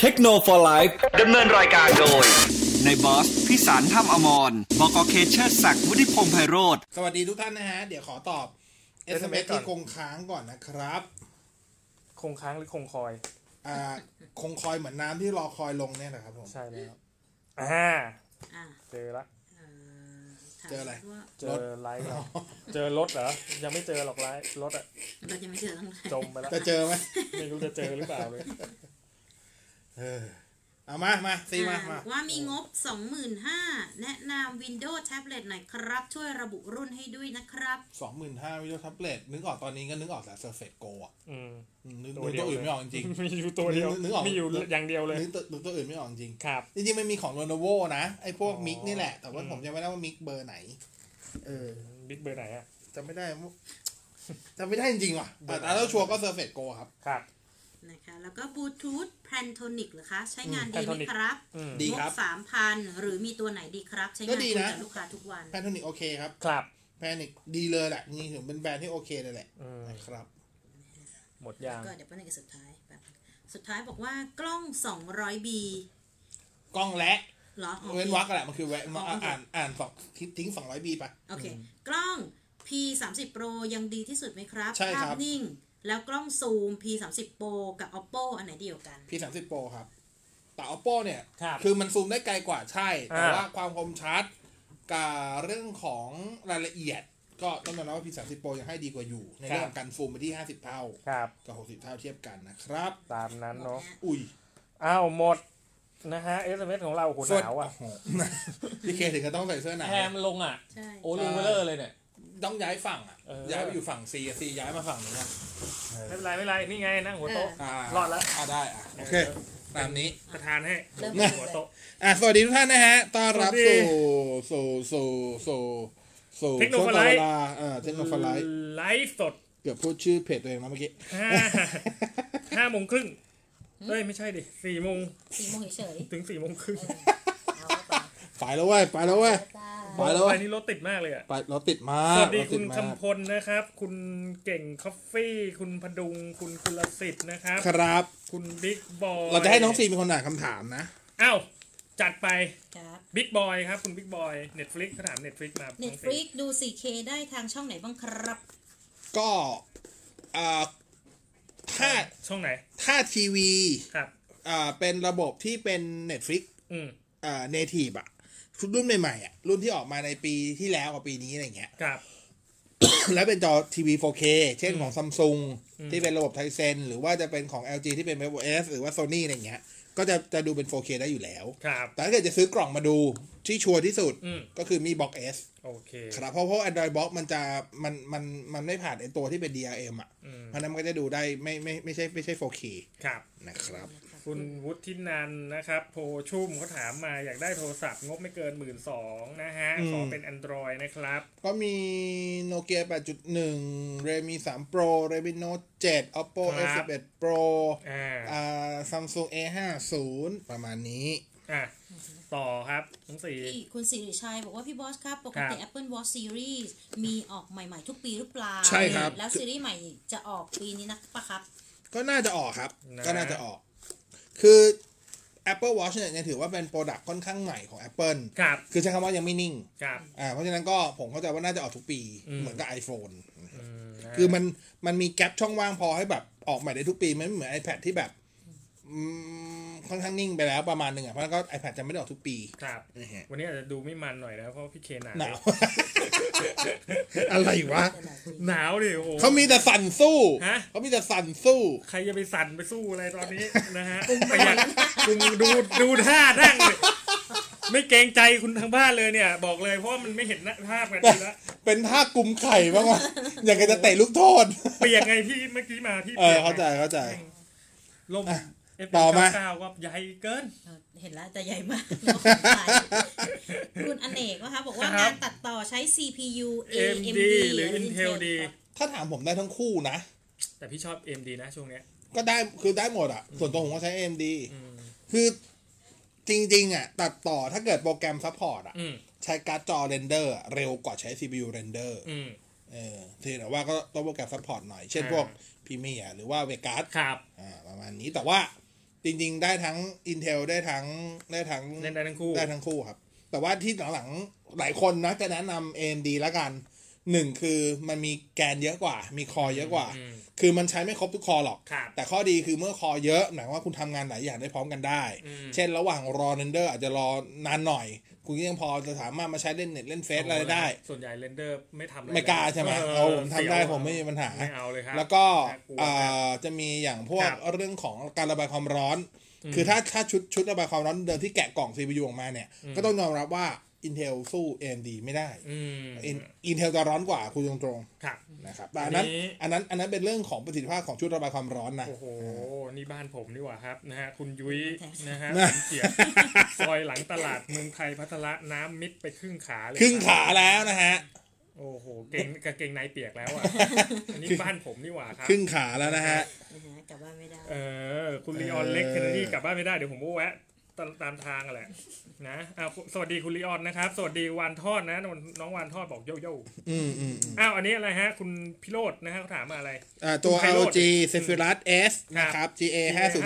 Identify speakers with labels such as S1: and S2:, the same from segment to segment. S1: เทคโนโลยีไลฟ์
S2: ดำเนินรายการโดย
S1: ในบอสพิสารถ้ำอมรบกเคเชอร์ศักดิ์วุฒิพงษ์ไพโรธ
S3: สวัสดีทุกท่านนะฮะ เดี๋ยวขอตอบ SMS
S4: SMS ก่อน
S3: ที่คงค้างก่อนนะครับ
S4: คงค้างหรือคงคอย
S3: อ่าคงคอยเหมือนน้ำที่รอคอยลงเนี่ยนะครับผม
S4: ใช่แล้วอ่า
S5: อ่ะ
S4: เจอละ
S5: เอ่อถาม
S3: เจออะไร
S5: ว่า
S4: เจอไลท์ แล้วเจอรถเหรอยังไม่เจอหรอกไลท์รถอะ
S5: เราจะไม่เจอทั้งหลาย
S4: จมไปแล้ว
S3: จะเจอไหม
S4: ไม่รู้จะเจอหรือเปล่าเลย
S3: เออเอามามาซีมา
S5: อ่
S3: มา
S5: บอกว่ามีงบ 25,000แนะนำ Windows Tablet หน่อยครับ ช่วยระบุรุ่นให้ด้วยนะครับ
S3: สองหมื่นห้าวิดีโอแท็บเล็ตนึกออกตอนนี้ก็นึกออกแต่เซอร์เฟโกอ่ะ
S4: อืม
S3: อืมนึก
S4: ตั
S3: นึ
S4: ว
S3: ก
S4: เดีย
S3: ตัว วอื่น
S4: เลย
S3: ไม่ออกจริง
S4: มีอยู่ตัวเดียว
S3: นึกนึกออก
S4: มีอยู่อย่างเดียวเลย
S3: นึกตัวนึกตัวอื่นไม่ออกจริง
S4: ครับ
S3: จริงๆมันมีของโ e โน v o นะ ไอ้พวก
S4: อ๋อ
S3: มิกนี่แหละ แต่ว่า
S4: อืม
S3: ผมจำไม่ได้ว่ามิกเบอร์ไหน เออ
S4: บิ๊กเบอร์ไหนอะ
S3: จำไม่ได้ว่าจำไม่ได้จริงว่ะแต่แต่ถ้าชัวร์ก็เซอร์เฟโกครับ
S4: ครับ
S5: นะคะ แล้วก็บลูทูธแพนโทนิกเหรอคะ ใช้งาน
S4: อืม
S5: ดีไหม
S4: Pantonic
S5: ครับ
S4: อืม
S3: ดีครับ
S5: สามพันหรือมีตัวไหนดีครับ ใช้
S3: ก็
S5: งาน
S3: ดี
S5: คุย
S3: นะ
S5: กับลูกค้าทุกวัน
S3: แพนโทนิกโอเคครับ
S4: ครับ
S3: แพนิกดีเลยแหละจริงๆถือเป็นแบรนด์ที่โอเคเลยแหละ
S4: อืม
S3: นะครับ
S4: หมดยาง
S5: ก็เดี๋ยวไปบนึงกับสุดท้ายแบบสุดท้ายบอกว่ากล้อง 200B
S3: กล้องและ
S5: หรออ๋อ
S3: เว้นวรรคอะแหละมันคือแวะมา
S5: อ๋อ
S3: อ่า
S5: โอเค
S3: อ่านอ่านสองทิ้งสองร้อยบีไป
S5: โอเค กล้อง P 3 0 Pro ยังดีที่สุดไหมครับ
S3: ใช่ครับ
S5: ภาพนิ่ง แล้วกล้องซูม P 3 0 Pro กับ Oppo อันไหนดีกว่ากัน
S3: พีสามสิบโปรครับ แต่ oppo เนี่ย
S4: ครับ
S3: คือมันซูมได้ไกลกว่าใช่ แต่
S4: อ่า
S3: ว่าความคมชัดกับเรื่องของรายละเอียด ก็ต้องยอมรับว่าพีสามสิบโปรยังให้ดีกว่าอยู่ ในเรื่องของการซูมไปที่ห้าสิบเท่า
S4: ครับ
S3: กับหกสิบเท่าเทียบกันนะครับ
S4: ตามนั้นเนาะ
S3: อุ้ย
S4: อ้าวหมดนะฮะ SMS ของเราโอ้โหหนาวอ่ะ
S3: โโหพี่เคถึงก็ต้องใส่เสื้อหนาว
S4: แพมลงอ่ะ
S5: ใช่
S4: โอ้ลุงเบลเลอร์เลยเนี่ย
S3: ต้องย้ายฝั่งอ่ะ
S4: เออ
S3: ย้ายไปอยู่ฝั่งซีซีย้ายมาฝั่งนี้นะ
S4: ไม่เป็นไรไม่เป็นไรนี่ไงนั่งหัวโต๊ะ
S3: าร
S4: อดแล้ว
S3: อ่าได้อ่ะโอเคตามนี้
S4: ประธานให้
S5: เริ่ม
S3: นะ
S4: หัว
S5: เลย
S4: โต๊ะ
S3: อ่ะสวัสดีทุกท่านนะฮะต้อนรับ
S4: สวัสดี
S3: สู่สู่สู่สู่สู่
S4: เทคโนโลยี
S3: ช่วงต่อเวลาอ่าเทคโนโลยี
S4: ไลฟ์สด
S3: เกือบพูดชื่อเพจตัวเองแล้วเมื่อกี้
S4: ห้าห้าโมงครึ่งเอ้ยไม่ใช่ดิสี่โมง
S5: สี่โมงเฉย
S4: ถึงสี่โมงครึ่ง
S3: ไปแล้วเว้ยไปแล้วเว้ยไปแล้วเว้
S4: ไป
S3: ย
S4: นี่รถติดมากเลยอ่ะ
S3: ไปเราติดมาก
S4: สวัสดี
S3: รถติ
S4: คุณ
S3: มาก
S4: คำพลนะครับ คุณเก่งคอฟฟี่ คุณพดุง คุณกุลสิทธิ์นะครับ
S3: ครับ
S4: คุณบิ๊กบอย
S3: เราจะให้น้องซีเป็นคนอ่านคำถามนะ
S4: อ้าวจัดไป
S5: ๆครับ
S4: บิ๊กบอยครับ คุณบิ๊กบอยเน็ตฟลิกเขาถามเน็ตฟลิกมา
S5: Netflix ดู 4K ได้ทางช่องไหนบ้างครับ
S3: ก็อ่าถ้า
S4: ช่องไหน
S3: ถ้าทีวี
S4: ครับ
S3: อ่าเป็นระบบที่เป็น Netflix
S4: อืม
S3: อ่า native อ่ะรุ่นใหม่ๆอ่ะรุ่นที่ออกมาในปีที่แล้วกับปีนี้อะไรเงี้ย
S4: ครับ
S3: แล้วเป็นจอทีวี 4K เช่นของซัมซุง
S4: อืม
S3: ที่เป็นระบบไทเซนหรือว่าจะเป็นของ LG ที่เป็น WebOS หรือว่า Sony อะไรเงี้ย ก็จะจะดูเป็น 4K ได้อยู่แล้ว
S4: ครับ
S3: แต่ถ้าเกิดจะซื้อกล่องมาดูที่ชัวร์ที่สุด
S4: อืม
S3: ก็คือมี Box S
S4: โอเค
S3: ครับเพราะเพราะ Android Box มันจะมันมันมันไม่ผ่านไอตัวที่เป็น DRM อ่ะ
S4: อืม
S3: เพราะฉะนั้นมันก็จะดูได้ไม่ไม่ไม่ใช่ไม่ใช่ 4K
S4: ครับ
S3: นะครับ
S4: คุณวุฒินันท์นะครับโพชุ่มเขาถามมาอยากได้โทรศัพท์งบไม่เกินหมื่นสองนะฮะ
S3: อืม
S4: ขอเป็น Android นะครับ
S3: ก็มี Nokia 8.1 Redmi 3 Pro Redmi Note 7 Oppo
S4: ครับ
S3: S11 Pro
S4: อ่า
S3: อ่า Samsung A50 ประมาณนี้
S4: อ่ะต่อครับทั้งสี่
S5: พี่คุณสิริชัยบอกว่าพี่บอสครับ ปก
S4: ค
S5: ติ
S4: รับ
S5: Apple Watch Series มีออกใหม่ๆ ทุกปีหรือเปล่า
S3: ใช่ครับ
S5: แล้วซีรีส์ใหม่จะออกปีนี้นะปะครับ
S3: ก็น่าจะออกครับ
S4: นะ
S3: ก็น่าจะออก คือ Apple Watch เนี่ยยังถือว่าเป็นโปรดักต์ค่อนข้างใหม่ของ Apple
S4: ครับ
S3: คือใช้คำว่ายังไม่นิ่ง
S4: ครับ
S3: อ่า เพราะฉะนั้นก็ผมเข้าใจว่าน่าจะออกทุกปี
S4: อืม
S3: เหมือนกับ iPhone
S4: อืมะ
S3: คือมันมันมีแกลบช่องว่างพอให้แบบออกใหม่ได้ทุกปีมันไม่เหมือน iPad ที่แบบอืมค่อนข้างนิ่งไปแล้วประมาณหนึ่งอ่ะ เพราะฉะนั้นก็ iPad จะไม่ได้ออกทุกปี
S4: ครับ
S3: นะฮะ
S4: วันนี้อาจจะดูไม่มันหน่อยนะเพราะพี่เคนหนาว
S3: หนาว อะไรวะ
S4: หนาวดิโอ้โห
S3: เขามีแต่สั่นสู้
S4: ฮะ
S3: เขามีแต่สั่นสู้
S4: ใครจะไปสั่นไปสู้อะไรตอน นี้ นะฮะประหยัดคุณดูดูท่านั่งเลยไม่เกรงใจคุณทางบ้านเลยเนี่ย บอกเลยเพราะว่ามันไม่เห็นหน้าภาพกันดีแล้ว
S3: เป็นท่ากุมไข่บ้างวะอยากจะเตะลูกโทษ
S4: เปียกไงพี่เมื่อกี้มาพี่
S3: เออ
S4: ปียกไง
S3: เข้าใจ เข้ าใจ
S4: ลม
S3: อ่ะ
S4: เอฟ
S3: ต่อมา
S4: เก้าว่าใหญ่เกิน
S5: เออเห็นแล้วแต่ใหญ่ มาก คุณอเนกนะคะบอกว่า
S4: ครั
S5: งา
S4: บ
S5: นตัดต่อใช้ CPU
S4: AMD
S5: AMD
S4: หรือ Intel ดี
S3: ถ้าถามผมได้ทั้งคู่นะ
S4: แต่พี่ชอบ AMD นะช่วงเนี้ย
S3: ก็ได้ คือได้หมดอ่ะ ส่วนตัวผมก็ใช้ AMD
S4: อืม
S3: คือจริง ๆ อ่ะ ตัดต่อถ้าเกิดโปรแกรมซัพพอร์ตอ่ะ
S4: อืม
S3: ใช้การ์ดจอเรนเดอร์เร็วกว่าใช้ CPU เรนเดอร์
S4: อืม
S3: เออทีแต่ว่าก็ต้องโปรแกรมซัพพอร์ตหน่อย เช่น
S4: อ่า
S3: พวกพ r เมียหรือว่าเวกัส
S4: ครับ
S3: อ่า ประมาณนี้ แต่ว่า จริง ๆ ได้ทั้ง Intel ได้ทั้งได้ทั้ง
S4: เล่นได้ทั้งคู่
S3: ได้ทั้งคู่ครับ แต่ว่าที่หลังๆหลายคนนะจะแนะนำ AMD ละกันหนึ่งคือมันมีแกนเยอะกว่า มีคอเยอะกว่า
S4: อืม
S3: คือมันใช้ไม่ครบทุกคอหรอก
S4: ครับ
S3: แต่ข้อดีคือเมื่อคอเยอะหมายความว่าคุณทำงานหลายอย่างได้พร้อมกันได้
S4: อืม
S3: เช่นระหว่างรอเรนเดอร์อาจจะรอนานหน่อย คุณก็ยังพอจะสามารถมาใช้เล่นเน็ตเล่นเฟซอะไรได้
S4: ส่วนใหญ่เรนเดอร์ไม่ทำอะร
S3: ไม่กล้าใช่ไหม
S4: เออ
S3: เอาผมทำได้
S4: เสี่ยว
S3: ผมไม่มีปัญหา
S4: ไม่เอาเลยครับ
S3: แล้วก็
S4: น่ากลัว
S3: เอ่
S4: ครั
S3: อ
S4: บ
S3: จะมีอย่างพวก
S4: ครับ
S3: เรื่องของการระบายความร้อน
S4: อืม
S3: คือถ้าถ้าชุดชุดระบายความร้อนเดิมที่แกะกล่อง CPU ออกมาเนี่ย
S4: อืม
S3: ก็ต้องยอมรับว่า Intel สู้ AMD ไม่ได้
S4: อืม
S3: In- Intel จะร้อนกว่าคุณตรง
S4: ครับ
S3: ๆนะครับแต่อันนั้น
S4: อันนี้
S3: อันนั้นอันนั้นเป็นเรื่องของประสิทธิภาพของชุดระบายความร้อนนะ
S4: โอ้โห นี่บ้านผมนี่หว่าครับนะฮะ คุณยุ้ยนะฮะ
S3: นะ
S4: สมเกี ยรติซอยหลังตลาดเมืองไทยพัทละน้ำมิดไปครึ่งขาเลย
S3: ครึ่งขาแล้วนะฮะ
S4: โอ้โห เกงกางเกงในเปียกแล้วอ่ะ อันนี้บ้านผมนี่หว่าครับ
S3: ครึ่งขาแล้วนะฮะ
S6: ไม่หากลับบ้านไม่ได้
S4: เออ คุณลีออนเล็กเคนเนดีกลับบ้านไม่ได้ เดี๋ยวผมก็แวะตามตามทางอะแหละนะอ่ะสวัสดีคุณลีออนนะครับ สวัสดีวานทอดนะ น้องวานทอดบอกโย่โย่
S3: อืมอืมอืม
S4: อ้าว อันนี้อะไรฮะ คุณพิโรธนะฮะเขาถามมาอะไร
S3: อ่าตัว
S4: คุณไพโรจน์
S3: ROG Zephyrus S นะครับ GA 502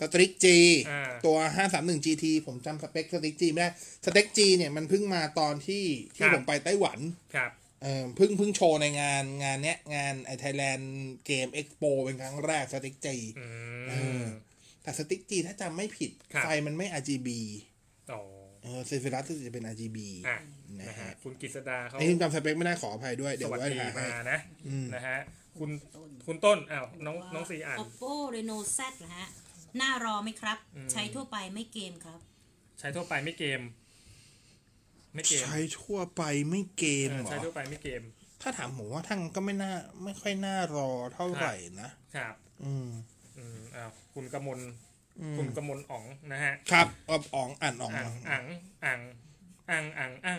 S4: กับ
S3: สติ๊กจี
S4: อ่า
S3: ตัว 531 GT ผมจำสเปคสติ๊กจีไม่ได้สเต็กจีเนี่ยมันเพิ่งมาตอนที่ที่ผมไปไต้หวัน
S4: ครับ
S3: เออเพิ่งเพิ่งโชว์ในงานงานเนี้ยงานไอไทยแลนด์เกมเอ็กโปเป็นครั้งแรกสติ๊กจี
S4: อื
S3: เอ
S4: ม
S3: อ แต่สติ๊กจีถ้าจำไม่ผิด
S4: ครับ
S3: ไฟมันไม่ RGB
S4: อ๋อ
S3: เออเซฟิรัสจะเป็น RGB
S4: อ่ะ
S3: นะ
S4: นะฮะ
S3: ฮะ
S4: คุณกฤษดาเขา
S3: ไอ้ที่จำสเปคไม่ได้ขออภัยด้วย
S4: ส
S3: เดี๋ยว
S4: วัส
S3: ไว้
S4: ดี
S3: หาให้
S4: มานะ
S3: อืม
S4: นะฮะคุณคุณต้นอ้าวน้องน้องสีอ่าน
S6: oppo reno z นะฮะ หน้ารอไหมครับ
S4: อืม
S6: ใช้ทั่วไปไม่เกมครับ
S4: ใช้ทั่วไปไม่เกม ไม่เกม
S3: ใช้ทั่วไปไม่เกม
S4: เออ
S3: เหร
S4: ใช้
S3: อ
S4: ทั่วไปไม่เกม
S3: ถ้าถามผมว่าทั้งก็ไม่น่าไม่ค่อยน่ารอเท่าไหร่นะครับ อืม
S4: อืมอ้าวคุณกมล
S3: อืม
S4: คุณกมลอ๋องนะฮะ
S3: ครับอ่องอ่องอ่านอ่อง
S4: อ่าง
S3: อ่อง
S4: อ่างอ่างอ่างอ่างอ่าง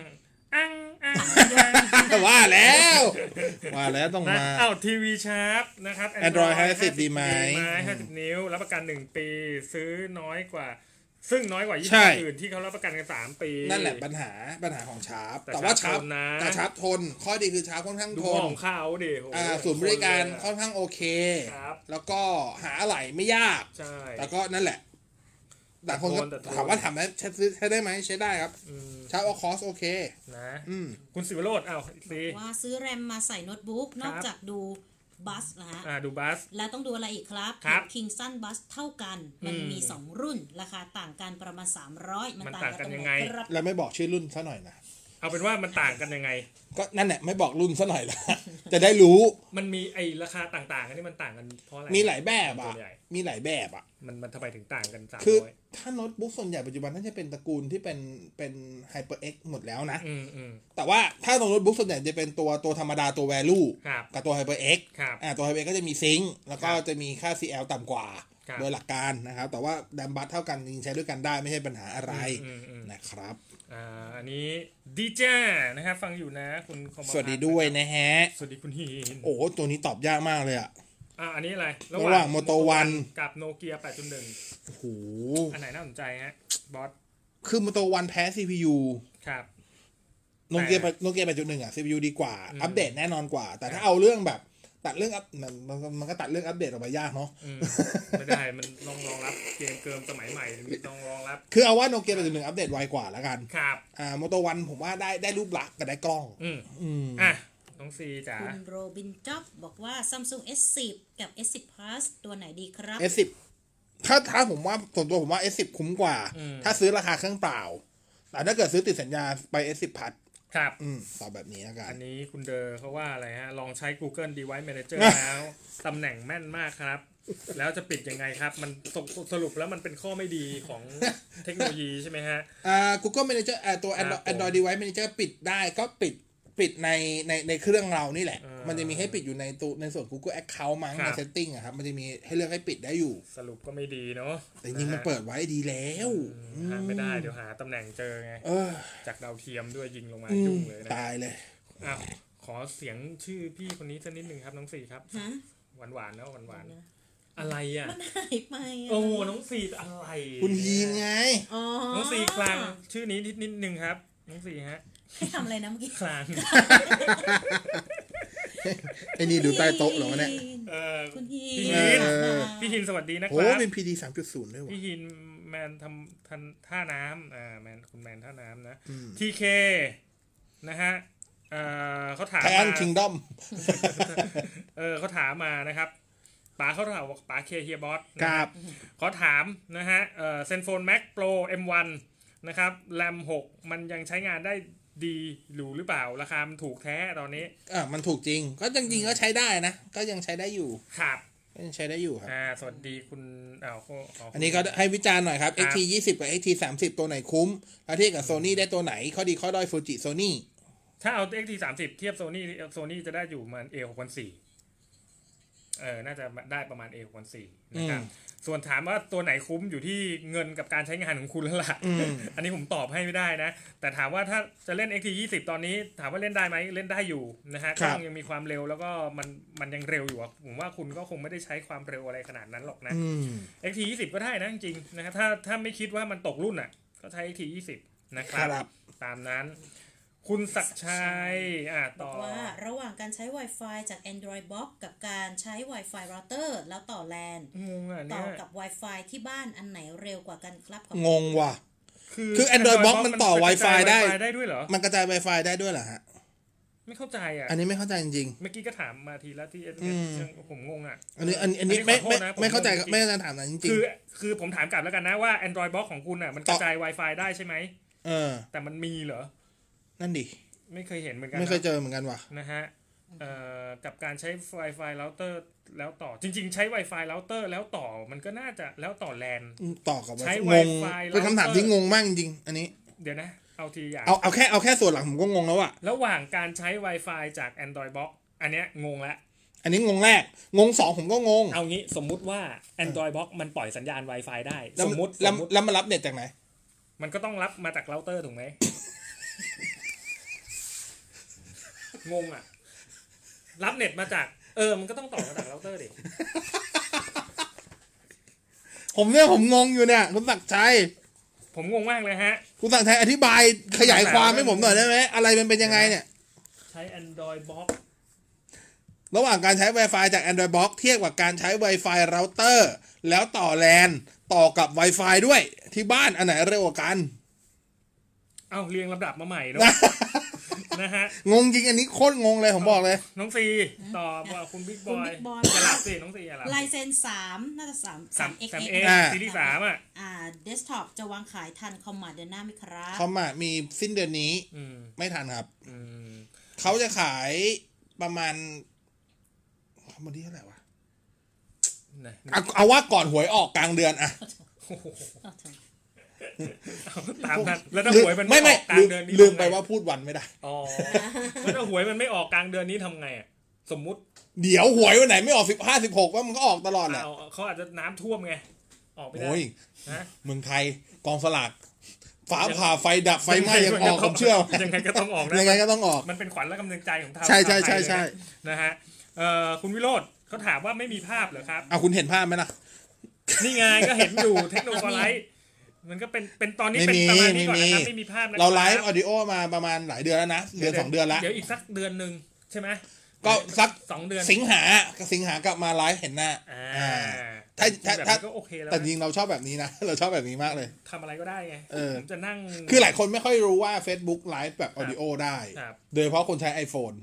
S4: อ่าง อ่าง
S3: ว่าแล้ว ว่าแล้วต้อง
S4: นะ
S3: มา
S4: อ้าวทีวีชาร์ปนะครับ
S3: Android 50ดีไหม
S4: ห้าสิบนิ้วรับประกันหนึ่งปี ซื้อน้อยกว่า ซึ่งน้อยกว่ายี่
S3: ใช่
S4: ห้ออื่นที่เขารับประกันกันสามปี
S3: นั่นแหละปัญหาปัญหาของชาร์ป
S4: แต่
S3: แต่ว่า
S4: ชา
S3: ชา
S4: ร์
S3: ร์
S4: ป
S3: ป
S4: ทนนะ
S3: แต่ชาร์ปทน ข้อดีคือชาร์ปค่อนข้าง
S4: ดู
S3: ทน
S4: ของเขาดิโห
S3: อ่าศูนย์บริการ
S4: เขา
S3: ค่อนข้างโอเค
S4: ครับ
S3: แล้วก็หาอะไหล่ไม่ยาก
S4: ใช่
S3: แล้วก็นั่นแหละแต่คนก็
S4: แต่ทน
S3: ถามว่าทำได้ใช้ซื้อใช้ได้ไหมใช้ได้ครับ
S4: อืม
S3: ชาร์ปเอาคอสโอเค
S4: นะ
S3: อืม
S4: คุณสิวโรดอ้าวซี
S6: ว่าซื้อแรมมาใส่โน้ตบุ๊ก นอก
S4: ครับ
S6: จากดูบัสนะฮะ
S4: อ่าดูบัส
S6: แล้วต้องดูอะไรอีกครับ
S4: ครับ
S6: คิงสันบัสเท่ากัน มัน
S4: อืม
S6: มี 2 รุ่น ราคาต่างกันประมาณ 300 มัน
S4: มัน
S6: ต่าง
S4: ต่างกั
S6: กัน นตร
S4: ยังง
S6: ไห
S4: ไง
S6: นครับ
S3: แล้วไม่บอกชื่อรุ่นซะหน่อยนะ
S4: เอาเป็นว่ามันต่างกันยังไง
S3: ก็นั่นแหละไม่บอกรุ่นซะหน่อยละ จะได้รู้
S4: มันมีไอราคาต่างๆ อันนี้มันต่างกันเพราะอะไร
S3: มีหลายแบบ
S4: ส่
S3: อ่ะ
S4: วนใหญ่
S3: มีหลายแบบอ่ะ
S4: มันมันทำไมถึงต่างกันสาม
S3: คือ
S4: ร้อย
S3: ถ้าโน้ตบุ๊กส่วนใหญ่ปัจจุบันน่าจะเป็นตระกูลที่เป็นเป็น HyperX หมดแล้วนะ
S4: อืมอืม
S3: แต่ว่าถ้าตรงโน้ตบุ๊กส่วนใหญ่จะเป็นตัวตัวธรรมดาตัว value
S4: ครับ
S3: กับตัว HyperX
S4: ครับ
S3: อ่าตัว HyperX ก็จะมีซิงค์แล้วก็
S4: ครับ
S3: จะมีค่า CL ต่ำกว่า
S4: ครับ
S3: โดยหลักการนะครับ แต่ว่าแดมบัตเท่ากันจริงๆใช้ด้วยกันได้ไม่ใช่ปัญหาอะไร
S4: อืมอืม
S3: นะครับ
S4: อ่าอันนี้ดีจ้านะครับ ฟังอยู่นะ คุณคอม
S3: สวัสดีด้วยนะฮะ
S4: สวัสดีคุณฮีน
S3: โอ้โหตัวนี้ตอบยากมากเลยอ่ะ
S4: อ่าอันนี้อะไร
S3: ระหว่าง Moto One
S4: กับโนเกีย8.1
S3: โอ้โห
S4: อันไหนน่าสนใจฮะบอส
S3: คือมันตัววันแพ้ CPU
S4: ครับ
S3: โนเกีย
S4: แต่
S3: โนเกียแปดจุดหนึ่งอ่ะ CPU ดีกว่า
S4: อืม
S3: อัปเดตแน่นอนกว่า แต่ถ้า
S4: อ่ะ
S3: เอาเรื่องแบบ ตัดเรื่องอัปมันมันมันก็ตัดเรื่องอัปเดตออกมายากเนาะ
S4: อืมไม่ได้ มันรองรองรับเกมเกิมสมัยใหม่มีรองรองรับ
S3: คือเอาว่าโนเกียแปดจุดหนึ่งอัปเดตไวกว่าแล้วกัน
S4: ครับ
S3: อ่าโมโตวันผมว่าได้ได้รูปลักษณ์กับได้กล้อง
S4: อืม
S3: อืม
S4: อ่ะน้องซีจ๋า
S6: คุณโรบินจ็อบบอกว่า Samsung S10 กับ S10 Plus ตัวไหนดีครับ
S3: S10 ถ้าถ้าผมว่าส่วนตัวผมว่า S10 คุ้มกว่า ถ้าซื้อราคาเครื่องเปล่า แต่ถ้าเกิดซื้อติดสัญญาไป S10 พัด
S4: ครับ
S3: อืมตอบแบบนี้แล้วกั
S4: อั
S3: น
S4: นนี้คุณเดอเขาว่าอะไรฮะ ลองใช้ Google Device Manager แล้ว ตำแหน่งแม่นมากครับ แล้วจะปิดยังไงครับ มันสรุปสรุปแล้วมันเป็นข้อไม่ดีของเทคโนโลยีใช่ไหมฮะ
S3: อ่า Google Manager อ่าตัว Android
S4: ครับผม
S3: Android Device Manager ปิดได้ก็ปิดปิดในในในเครื่องเรานี่แหละ
S4: อ่ามั
S3: มันจะมีให้ปิดอยู่ในตัวในส่วน Google Account มั้ง
S4: ครับ
S3: ใน Setting อะครับ มันจะมีให้เลือกให้ปิดได้อยู่
S4: สรุปก็ไม่ดีเนาะ
S3: แต่จริงๆมันเปิดไว้ดีแล้ว
S4: หาไม่ได้เดี๋ยวหาตำแหน่งเจอไง
S3: เออ
S4: จากดาวเทียมด้วยยิงลงมา
S3: อื
S4: ยุ่
S3: ม
S4: งเลยนะ
S3: ตายเลย
S4: อ้าวขอเสียงชื่อพี่คนนี้สักนิดหนึ่งครับน้องสี่ครับ
S6: ฮะ
S4: หวานหวานๆแล้วหวานหวานๆอะไรอ่ะ
S6: มันหายไปะ
S4: โอ้น้องสี่อะไร
S3: คุณฮีนไง
S6: อ๋อ
S4: น้องสี่คลางชื่อนี้นิดนิดนึงครับ น้องสี่ฮะ
S6: ให้ทำอะไรนะเมื่อกี้
S4: คลาง
S3: ไอ้นี่ดูใต้โต๊ะเหรอวะเนี่ย
S4: เออ
S5: คุณฮี
S4: พี่ฮีน
S5: เออ
S4: พี่ฮินสวัสดีนะค
S3: โอ้
S4: รับ
S3: เป็น PD 3.0ด้วยวะ
S4: พี่ฮินแมนทำทันท่าน้ำอ่าแมนคุณแมนท่าน้ำนะ
S3: อืม
S4: ทีเคนะฮะเอ่อเขาถาม
S3: ไทอัน
S4: มา
S3: คิงดอม
S4: เออเขาถามมานะครับป๋าเขาถามว่าป๋าเคเฮียบอสนะ
S3: กับ
S4: เขาถามนะฮะเออเซนโฟนแม็กโปร M1 นะครับแรม6มันยังใช้งานได้ดีอยู่หรือเปล่า ราคามันถูกแท้ตอนนี้
S3: อ่ะมันถูกจริง ก็จริงๆก็ใช้ได้นะ ก็ยังใช้ได้อยู่
S4: ครับ
S3: ก็ยังใช้ได้อยู่ครับ
S4: อ่าสวัสดีคุณอ้าวขขคุณ
S3: อันนี้ก็ให้วิจารณ์หน่อยครับ XT 20 กับ XT 30 ตัวไหนคุ้ม แล้วเทียบกับโซนี่ได้ตัวไหน ข้อดีข้อด้อยฟูจิโซนี่
S4: ถ้าเอา XT30 เทียบโซนี่โซนี่จะได้อยู่ประมาณ A6.4 เออน่าจะได้ประมาณ A6.4 นะครับ
S3: อืม
S4: ส่วนถามว่าตัวไหนคุ้มอยู่ที่เงินกับการใช้งานของคุณแล้วล่ะ
S3: อืม
S4: อันนี้ผมตอบให้ไม่ได้นะ แต่ถามว่าถ้าจะเล่น XT 20 ตอนนี้ ถามว่าเล่นได้ไหมเล่นได้อยู่นะฮะ
S3: ค
S4: ก
S3: รับ
S4: ล้องยังมีความเร็วแล้วก็มันมันยังเร็วอยู่อะผมว่าคุณก็คงไม่ได้ใช้ความเร็วอะไรขนาดนั้นหรอกนะ
S3: อืม
S4: XT 20 ก็ได้นะจริงๆนะครับถ้าถ้าไม่คิดว่ามันตกรุ่นอ่ะ ก็ใช้ XT 20 นะค
S3: ครับ รับ
S4: ตามนั้น คุณศักดิ์ชัยอ่ะ
S5: บ
S4: ต่
S5: อ
S4: อ
S5: กว่าระหว่างการใช้ Wi-Fi จาก Android Box กับการใช้ Wi-Fi router แล้วต่อ LAN
S4: งงอ่ะ
S5: ต่
S4: เนี่
S5: อย กับ Wi-Fi ที่บ้านอันไหนเร็วกว่ากันครับของ
S3: งงว่ะ คือ Android Box มันต่อ
S4: กระจาย
S3: Wi-Fi ได้
S4: ได้ด้วยเหรอ
S3: มันกระจาย Wi-Fi ได้ด้วยเหรอฮะ
S4: ไม่เข้าใจอ่ะ
S3: อันนี้ไม่เข้าใจจริง
S4: เมื่อกี้ก็ถามมาทีละที่เอส
S3: อืม
S4: ผมงงอ่ะ
S3: ๆอันนี้อันอันนี้ไม่
S4: ขอ
S3: ไม่
S4: โทษนะผ
S3: ไม่เข้าใจ
S4: งง
S3: ไม่เข้าใจถามนะจริง
S4: คือคือผมถามกลับแล้วกันนะว่า Android Box ของคุณอ่ะมันกระจาย Wi-Fi ได้ใช่ไหม
S3: ๆเออ
S4: แต่มันมีเหรอ
S3: นั่นดิ
S4: ไม่เคยเห็นเหมือนกันนะ
S3: ไม่เคยเจอเหมือนกันว่ะ
S4: นะฮะเอ่อกับการใช้ Wi-Fi router แล้วต่อจริง ๆ ใช้ Wi-Fi router แล้วต่อมันก็น่าจะแล้วต่อ LAN
S3: ต่อกับ
S4: ใช้
S3: งง
S4: Wi-Fi
S3: เป็นคำถามที่งงมากจริงๆอันนี้
S4: เดี๋ยวนะ เอาทีอย่าง
S3: เอาเอาแค่เอาแค่ส่วนหลังผมก็งงแล้วอะ
S4: ระหว่างการใช้ Wi-Fi จาก Android Box อันเนี้ยงงละ
S3: อันนี้งงแรก งงสองผมก็งง
S4: เอางี้สมมุติว่า Android Box มันปล่อยสัญญาณ Wi-Fi ได้
S3: แล้ว
S4: สมมติ
S3: แล้
S4: ส
S3: ว
S4: มมติ
S3: แล้วมารับเน็ตจากไหน
S4: มันก็ต้องรับมาจากเราเตอร์ถู กไหม งงอ่ะ รับเน็ตมาจาก เออ มันก็ต้องต่อมาจากเราเตอร์ดิ
S3: ผมเนี่ยผมงงอยู่เนี่ย คุณศักดิ์ชัย
S4: ผมงงมากเลยฮะ
S3: คุณศักดิ์ชัยอธิบายขยายความให้ผมหน่อยได้ไหมอะไรมันเป็นยังไงเนี่ย
S4: ใช้ Android Box
S3: ระหว่างการใช้ Wi-Fi จาก Android Box เทียบกับการใช้ Wi-Fi router แล้วต่อ LAN ต่อกับ Wi-Fi ด้วย ที่บ้านอันไหนเร็วกว่ากัน
S4: เอ้าเรียงลำดับมาใหม่เนอะ นะฮะ
S3: งงจริงอันนี้โคตรงงเลยผมบอกเลย
S4: น้องซี ตอบว่าคุณบิ๊กบ
S5: คุณ
S4: อย
S5: บิ๊กบอล
S4: อย่าหลับสิน้องซีอย่าหลับ
S5: ลายเซ็น3น่าจะ3
S4: สาม
S5: 3
S4: สาม
S5: xx
S4: เอ็
S3: อ่า
S4: ซีรีส์สามอ่ะ
S5: อ่าเดสก์ท็อปจะวางขายทันคอมมาเดือนหน้าไหมครับ
S3: เขามามีสิ้นเดือนนี้
S4: อืม
S3: ไม่ทันครับ
S4: อืม
S3: เขาจะขายประมาณวันที่เท่าไหร่วะ
S4: นะ
S3: เอาเอาว่าก่อนหวยออกกลางเดือนอะ
S4: ตามนั้นแล้วถ้าหวยมัน
S3: ไม่
S4: ไม่
S3: ไม่
S4: ออกกลา
S3: ลื
S4: ง
S3: ม
S4: เดือนนี้
S3: ลืม
S4: ทำง
S3: ไปว่าพูดวันไม่ได้
S4: อ๋อ แล้วถ้าหวยมันไม่ออกกลางเดือนนี้ทำไงอ่ะ สมมุติ
S3: เดี๋ยวหวยวันไหนไม่ออกสิบห้าสิบหกว่ามันก็ออกตลอดแหละ
S4: เอาเขาอาจจะน้ำท่วมไง ออกไม่ได้
S3: โอ้ย
S4: นะ
S3: เมืองไทยกองสลากฟ้าผ่าไฟดับไฟไหม้ยังออกผมเชื่อ
S4: ยังไงก็ต้องออกนะ
S3: ยังไงก็ต้องออก
S4: มันเป็นขวัญและกำลังใจของทาง
S3: ใช่ใช่ใช่ใช่
S4: นะฮะเอ่อคุณวิโรธเขาถามว่าไม่มีภาพเหรอครับ
S3: เอาคุณเห็นภาพไหมล่ะ
S4: นี่ไงก็เห็นอยู่เทคโนโลยีมันก็เป็นเป็นตอนนี้
S3: ไม่
S4: เป็น
S3: มี
S4: ประมาณนี้ก่อน
S3: ไม่มี
S4: นะครับไม่มีภาพนะคบ
S3: เราไลฟ์ออดิโอมาประมาณหลายเดือนแล้วนะเดือนสองเดือนละ
S4: เดี๋ยวอีกสักเดือนหนึ่งใช่ไหม
S3: ก็สัก
S4: สองเดือน
S3: สิงหาสิงหากลับมาไลฟ์เห็นหน้า
S4: อ่า
S3: อ่า ถ้าถ้า
S4: แบบ
S3: ถ้า
S4: นี้ก็โอเคแล้ว
S3: แต่
S4: นะ
S3: จริงเราชอบแบบนี้นะ เราชอบแบบนี้มากเลย
S4: ทำอะไรก็ได้ไง
S3: เออ
S4: ผมจะนั่ง
S3: คือหลายคนไม่ค่อยรู้ว่า Facebook ไลฟ์แบบออดิโอได้
S4: ครับ
S3: โดยเฉพาะคนใช้ iPhone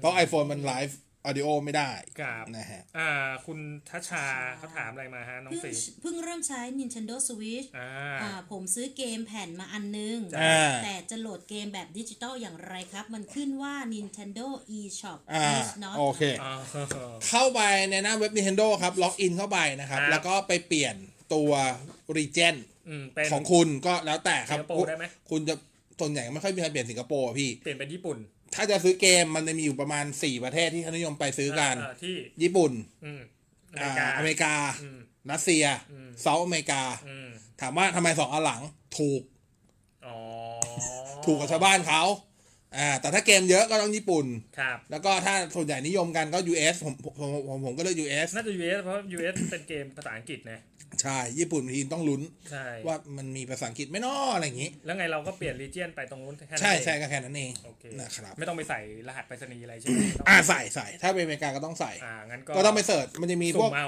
S3: เพราะ iPhone มันไลฟ์ออดิโอไม่ได้
S4: กับ
S3: นะฮะ
S4: อ่า คุณทัชชา
S5: ทัชชา
S4: เขาถามอะไรมาฮะ น้อง
S5: เพิ่ง
S4: สี
S5: เพิ่งเริ่มใช้ Nintendo Switch
S4: อ่า
S5: อ่าผมซื้อเกมแผ่นมาอันนึง
S3: อ่า
S5: แต่จะโหลดเกมแบบดิจิตอลอย่างไรครับ มันขึ้นว่า Nintendo eShop
S3: อ่า
S5: is not
S3: โอเค
S4: อ่า
S3: เข้าไปในหน้าเว็บ Nintendo ครับล็อกอินเข้าไปนะครับ
S4: ครับ
S3: แล้วก็ไปเปลี่ยนตัว Region
S4: อืม เป็น
S3: ของคุณก็แล้วแต่ครับ
S4: สิงคโปร์ได้ไหม
S3: คุณจะส่วนใหญ่ไม่ค่อยมีใครเปลี่ยนสิงคโปร์อะพี่
S4: เปลี่ยนเป็นญี่ปุ่น
S3: ถ้าจะซื้อเกมมันจะมีอยู่ประมาณ 4 ประเทศที่เขานิยมไปซื้อกัน
S4: าที่
S3: ญี่ปุ่น
S4: อืมอเม
S3: อ่า
S4: ริกา
S3: อเมริกา
S4: อืม
S3: รัสเซีย
S4: อืม
S3: เซาท์อเมริกา
S4: อืม
S3: ถามว่าทำไมสองอันหลังถูก
S4: อ๋อ
S3: ถูกกับชาวบ้านเขา อ่าแต่ถ้าเกมเยอะก็ต้องญี่ปุ่น
S4: ครับ
S3: แล้วก็ถ้าส่วนใหญ่นิยมกันก็ US ผมผมผมผมผมก็เลือก US
S4: น่าจะ US เพราะ US เป็นเกมภาษาอังกฤษนะ
S3: ใช่ ญี่ปุ่นทีมต้องลุ้น
S4: ใช่
S3: ว่ามันมีภาษาอังกฤษไหม่นออะไรอย่างนี้
S4: แล้วไงเราก็เปลี่ยนรีเจียนไปตรงนู้นแค่นั้น
S3: ใช่
S4: เอง
S3: ใช่ก็แค่นั้นเอง
S4: โอเค
S3: นะครับ
S4: ไม่ต้องไปใส่รหัสไปรษณีย์อะไรใช่ไหม
S3: อ่าใส่ใส่ถ้าเป็นอเมริกาก็ต้องใส่
S4: อ่างั้นก็
S3: ก็ต้องไปเสิร์ชมันจะมีพว
S4: สุ่
S3: ก
S4: มเอา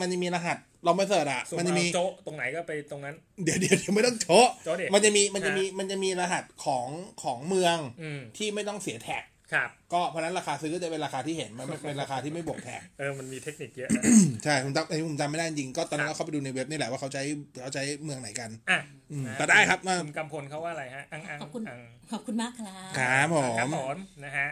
S3: มันจะมีรหัสเราไปเสิร์ชอ่ะ
S4: สุ่ม
S3: มันจะ
S4: เอา
S3: มี
S4: โจ๊ะตรงไหนก็ไปตรงนั้น
S3: เดี๋ยวเดี๋ยวเดี๋ยวไม่ต้องโชะ
S4: โจ๊ะดิ
S3: มันจะมีมันจะมี
S4: ฮะ
S3: มันจะมีรหัสของของเมือง
S4: อืม
S3: ที่ไม่ต้องเสียแท็ก
S4: ครับ
S3: ก็เพราะฉะนั้นราคาซื้อก็จะเป็นราคาที่เห็น มันไม่เป็นราคาที่ไม่บวกแท็ก
S4: เออมันมีเทคนิคเยอะนะ
S3: ใช่ผมจำไอ้ผมจำไม่ได้จริงก็ตอนนั้น
S4: ครับ
S3: ก็เข้าไปดูในเว็บนี่แหละว่าเขาใช้เขาใช้เมืองไหนกัน
S4: อ่ะ
S3: อืม
S4: นะ
S3: แต่ได้ครับมา
S4: คุณกำพลเขาว่าอะไรฮะอังอัง
S5: ขอบคุณ
S4: อัง
S5: ขอบคุณมากครับ
S3: ครับผ
S4: ครับ
S3: ม
S4: ผมนะฮะ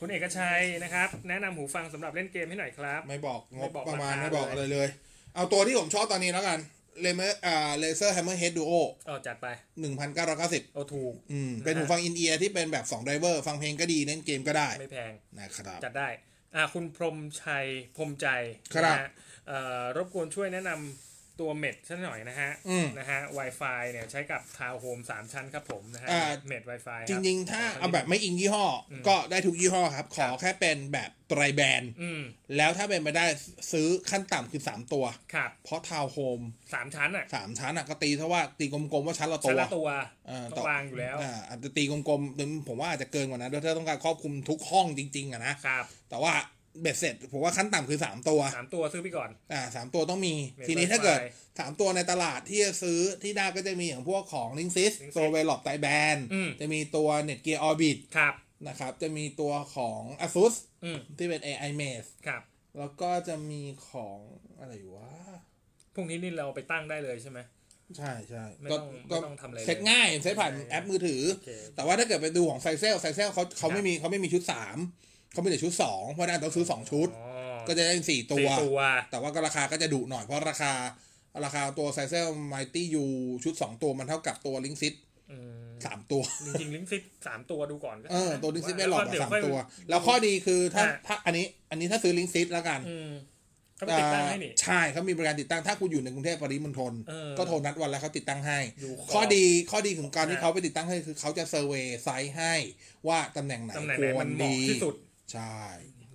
S4: คุณเอกชัยนะครับ แนะนำหูฟังสำหรับเล่นเกมให้หน่อยครับ
S3: ไม่บอกง
S4: ไม่
S3: บ
S4: บอก
S3: ประมาณ
S4: ราคา
S3: ไม่บอกอะไรเลย เอาตัวที่ผมชอบตอนนี้แล้วกันเลเมอร์อ่าเลเซอร์แฮมเมอร์เฮดดูโอ
S4: เออจัดไป
S3: หนึ่งพันเก้าร้อยเก้าสิบ
S4: เอาถูก
S3: อืมเป็น
S4: นะฮะ
S3: หูฟังอินเอียร์ที่เป็นแบบสองไดเวอร์ฟังเพลงก็ดีเล่นเกมก็ได้
S4: ไม่แพง
S3: นะครับ
S4: จัดได้อ่าคุณพรหมชัยพรหมใจ
S3: ครับ
S4: นะฮะเอ่อรบกวนช่วยแนะนำตัวเม็ดสักหน่อยนะฮะ
S3: อืม
S4: นะฮะ Wi-Fi เนี่ยใช้กับทาวน์โฮมสามชั้นครับผมนะฮะ
S3: อ่า
S4: เม็ด Wi-Fi คบ
S3: จริงๆ ถ้าเอาแบบไม่อิงยี่ห้ออก็ได้ทุกยี่ห้อครับ ขอแค่เป็นแบบไตรแบรนด์
S4: อืม
S3: แล้วถ้าเป็นไปได้ซื้อขั้นต่ำคือ 3 ตัว
S4: ครับ
S3: เพราะทาวน์โฮม
S4: สามชั้นอ่ะ
S3: สามชั้นอ่ะก็ตีเท่าว่าตีกลมๆว่าชั้นละตั
S4: ชั้น
S3: ว
S4: ละตัว
S3: เออ
S4: ต้อ
S3: ต่อ
S4: งวางอยู่แล้ว
S3: อ่าอาจจะตีกลมๆเป็นผมว่าอาจจะเกินกว่านั้นด้วยถ้าต้องการครอบคลุมทุกห้องจริงๆอะนะครับ แต่ว่าเบ็ดเสร็จผมว่าขั้นต่ำคือ 3 ตัว
S4: สามตัวซื้อไปก่อน
S3: อ่าสามตัวต้องมี
S4: เบ็ด
S3: ทีนี้
S4: Wi-Fi
S3: ถ้าเกิด 3 ตัวในตลาดที่จะซื้อที่ได้ก็จะมีอย่างพวกของ l i n k ซิส
S4: Linksys
S3: โซเวลอบไตแบน
S4: อืม
S3: จะมีตัว Netgear Orbit
S4: ครับ
S3: นะครับ จะมีตัวของ ASUS
S4: อืม
S3: ที่เป็น AI Mate
S4: ครับ
S3: แล้วก็จะมีของอะไรวะ
S4: พวกนี้นี่เราไปตั้งได้เลยใช่ไหม
S3: ใช่ใช่
S4: ไม่
S3: ก็
S4: ต้อง
S3: ก็
S4: ไม่ต้องทำอะไรเลย
S3: เช็คง่ายเช็คผ่าน
S4: ใช่
S3: แอปมือถือ
S4: โอเค
S3: แต่ว่าถ้าเกิดไปดูของไซเซลไซเซลเขาเขาไม่มีเขาไม่มีชุดสามเขาไม่ได้ชุดสองเพราะฉะนั้นต้องซื้อสองชุด
S4: อ๋อ
S3: ก็จะได้สี่
S4: สี่ตัว
S3: แต่ว่าก็ราคาก็จะดุหน่อยเพราะราคาราคาตัวไซเซลไมตี้ยูชุด 2 ตัวมันเท่ากับตัวลิงซิต
S4: อืม
S3: สามตัว
S4: จริงๆลิงซิปสามตัวดูก่อนก็
S3: เออตัวลิงซิต
S4: า
S3: ไม่หลอด
S4: แว
S3: สาม
S4: ค่ย
S3: ตัว แล้วข้อดีคือถ้า
S4: อ่ะ
S3: ถ้าอันนี้อันนี้ถ้าซื้อลิงซิตแล้วกัน
S4: อืมเขาไปติดตั้งให้นี่
S3: ใช่เขามีบริการติดตั้งถ้าคุณอยู่ในกรุงเทพปริมณฑล
S4: เออ
S3: ก็โทรนัดวันแล้วเขาติดตั้งให้
S4: ดูข
S3: ข้อดีข้อดีของการที่
S4: นะ
S3: เขาไปติดตั้งให้คือเขาจะเซอร์เวยไซส์ให้ว่าตำแหน่งไหน
S4: ตำแหน่ง
S3: ค
S4: ไหน
S3: ว
S4: มั
S3: ร
S4: นเหมาะ
S3: ดี
S4: ที่สุด
S3: ใช่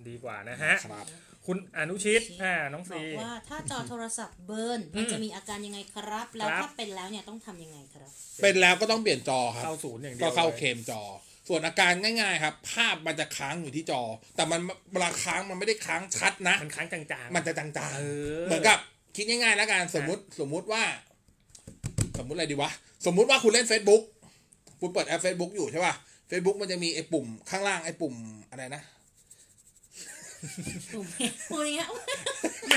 S4: ดีกว่านะฮะ
S3: ครับ
S4: คุณอนุชิตอ่าน้อง
S5: บ
S4: ซี
S5: อกว่าถ้าจอโทรศัพท์เบิร์นมันจะมีอาการยังไงครับ แล้ว
S4: ครับ
S5: ถ้าเป็นแล้วเนี่ยต้องทำยังไงครับ
S3: เป็นแล้วก็ต้องเปลี่ยนจอครับ
S4: เข้าศูนย์อย่างเดียว
S3: ก็เข้า
S4: ลย
S3: เข็มจอ ส่วนอาการง่ายๆครับ ภาพมันจะค้างอยู่ที่จอ แต่มันเวลาค้างมันไม่ได้ค้างชัดนะ
S4: มันค้างจางๆ
S3: มันจะจาง
S4: เออ
S3: ๆเหมือนกับคิดง่ายๆแล้วกันสมมติสมมุติว่า สมมุติอะไรดีวะ สมมุติว่าคุณเล่น Facebook คุณเปิดแอป Facebook อยู่ใช่ป่ะ Facebook มันจะมีไอ้ปุ่มข้างล่างไอ้ปุ่มอะไรนะ
S5: ปุ่มปุ่มอย่างเงี้ย
S4: แหม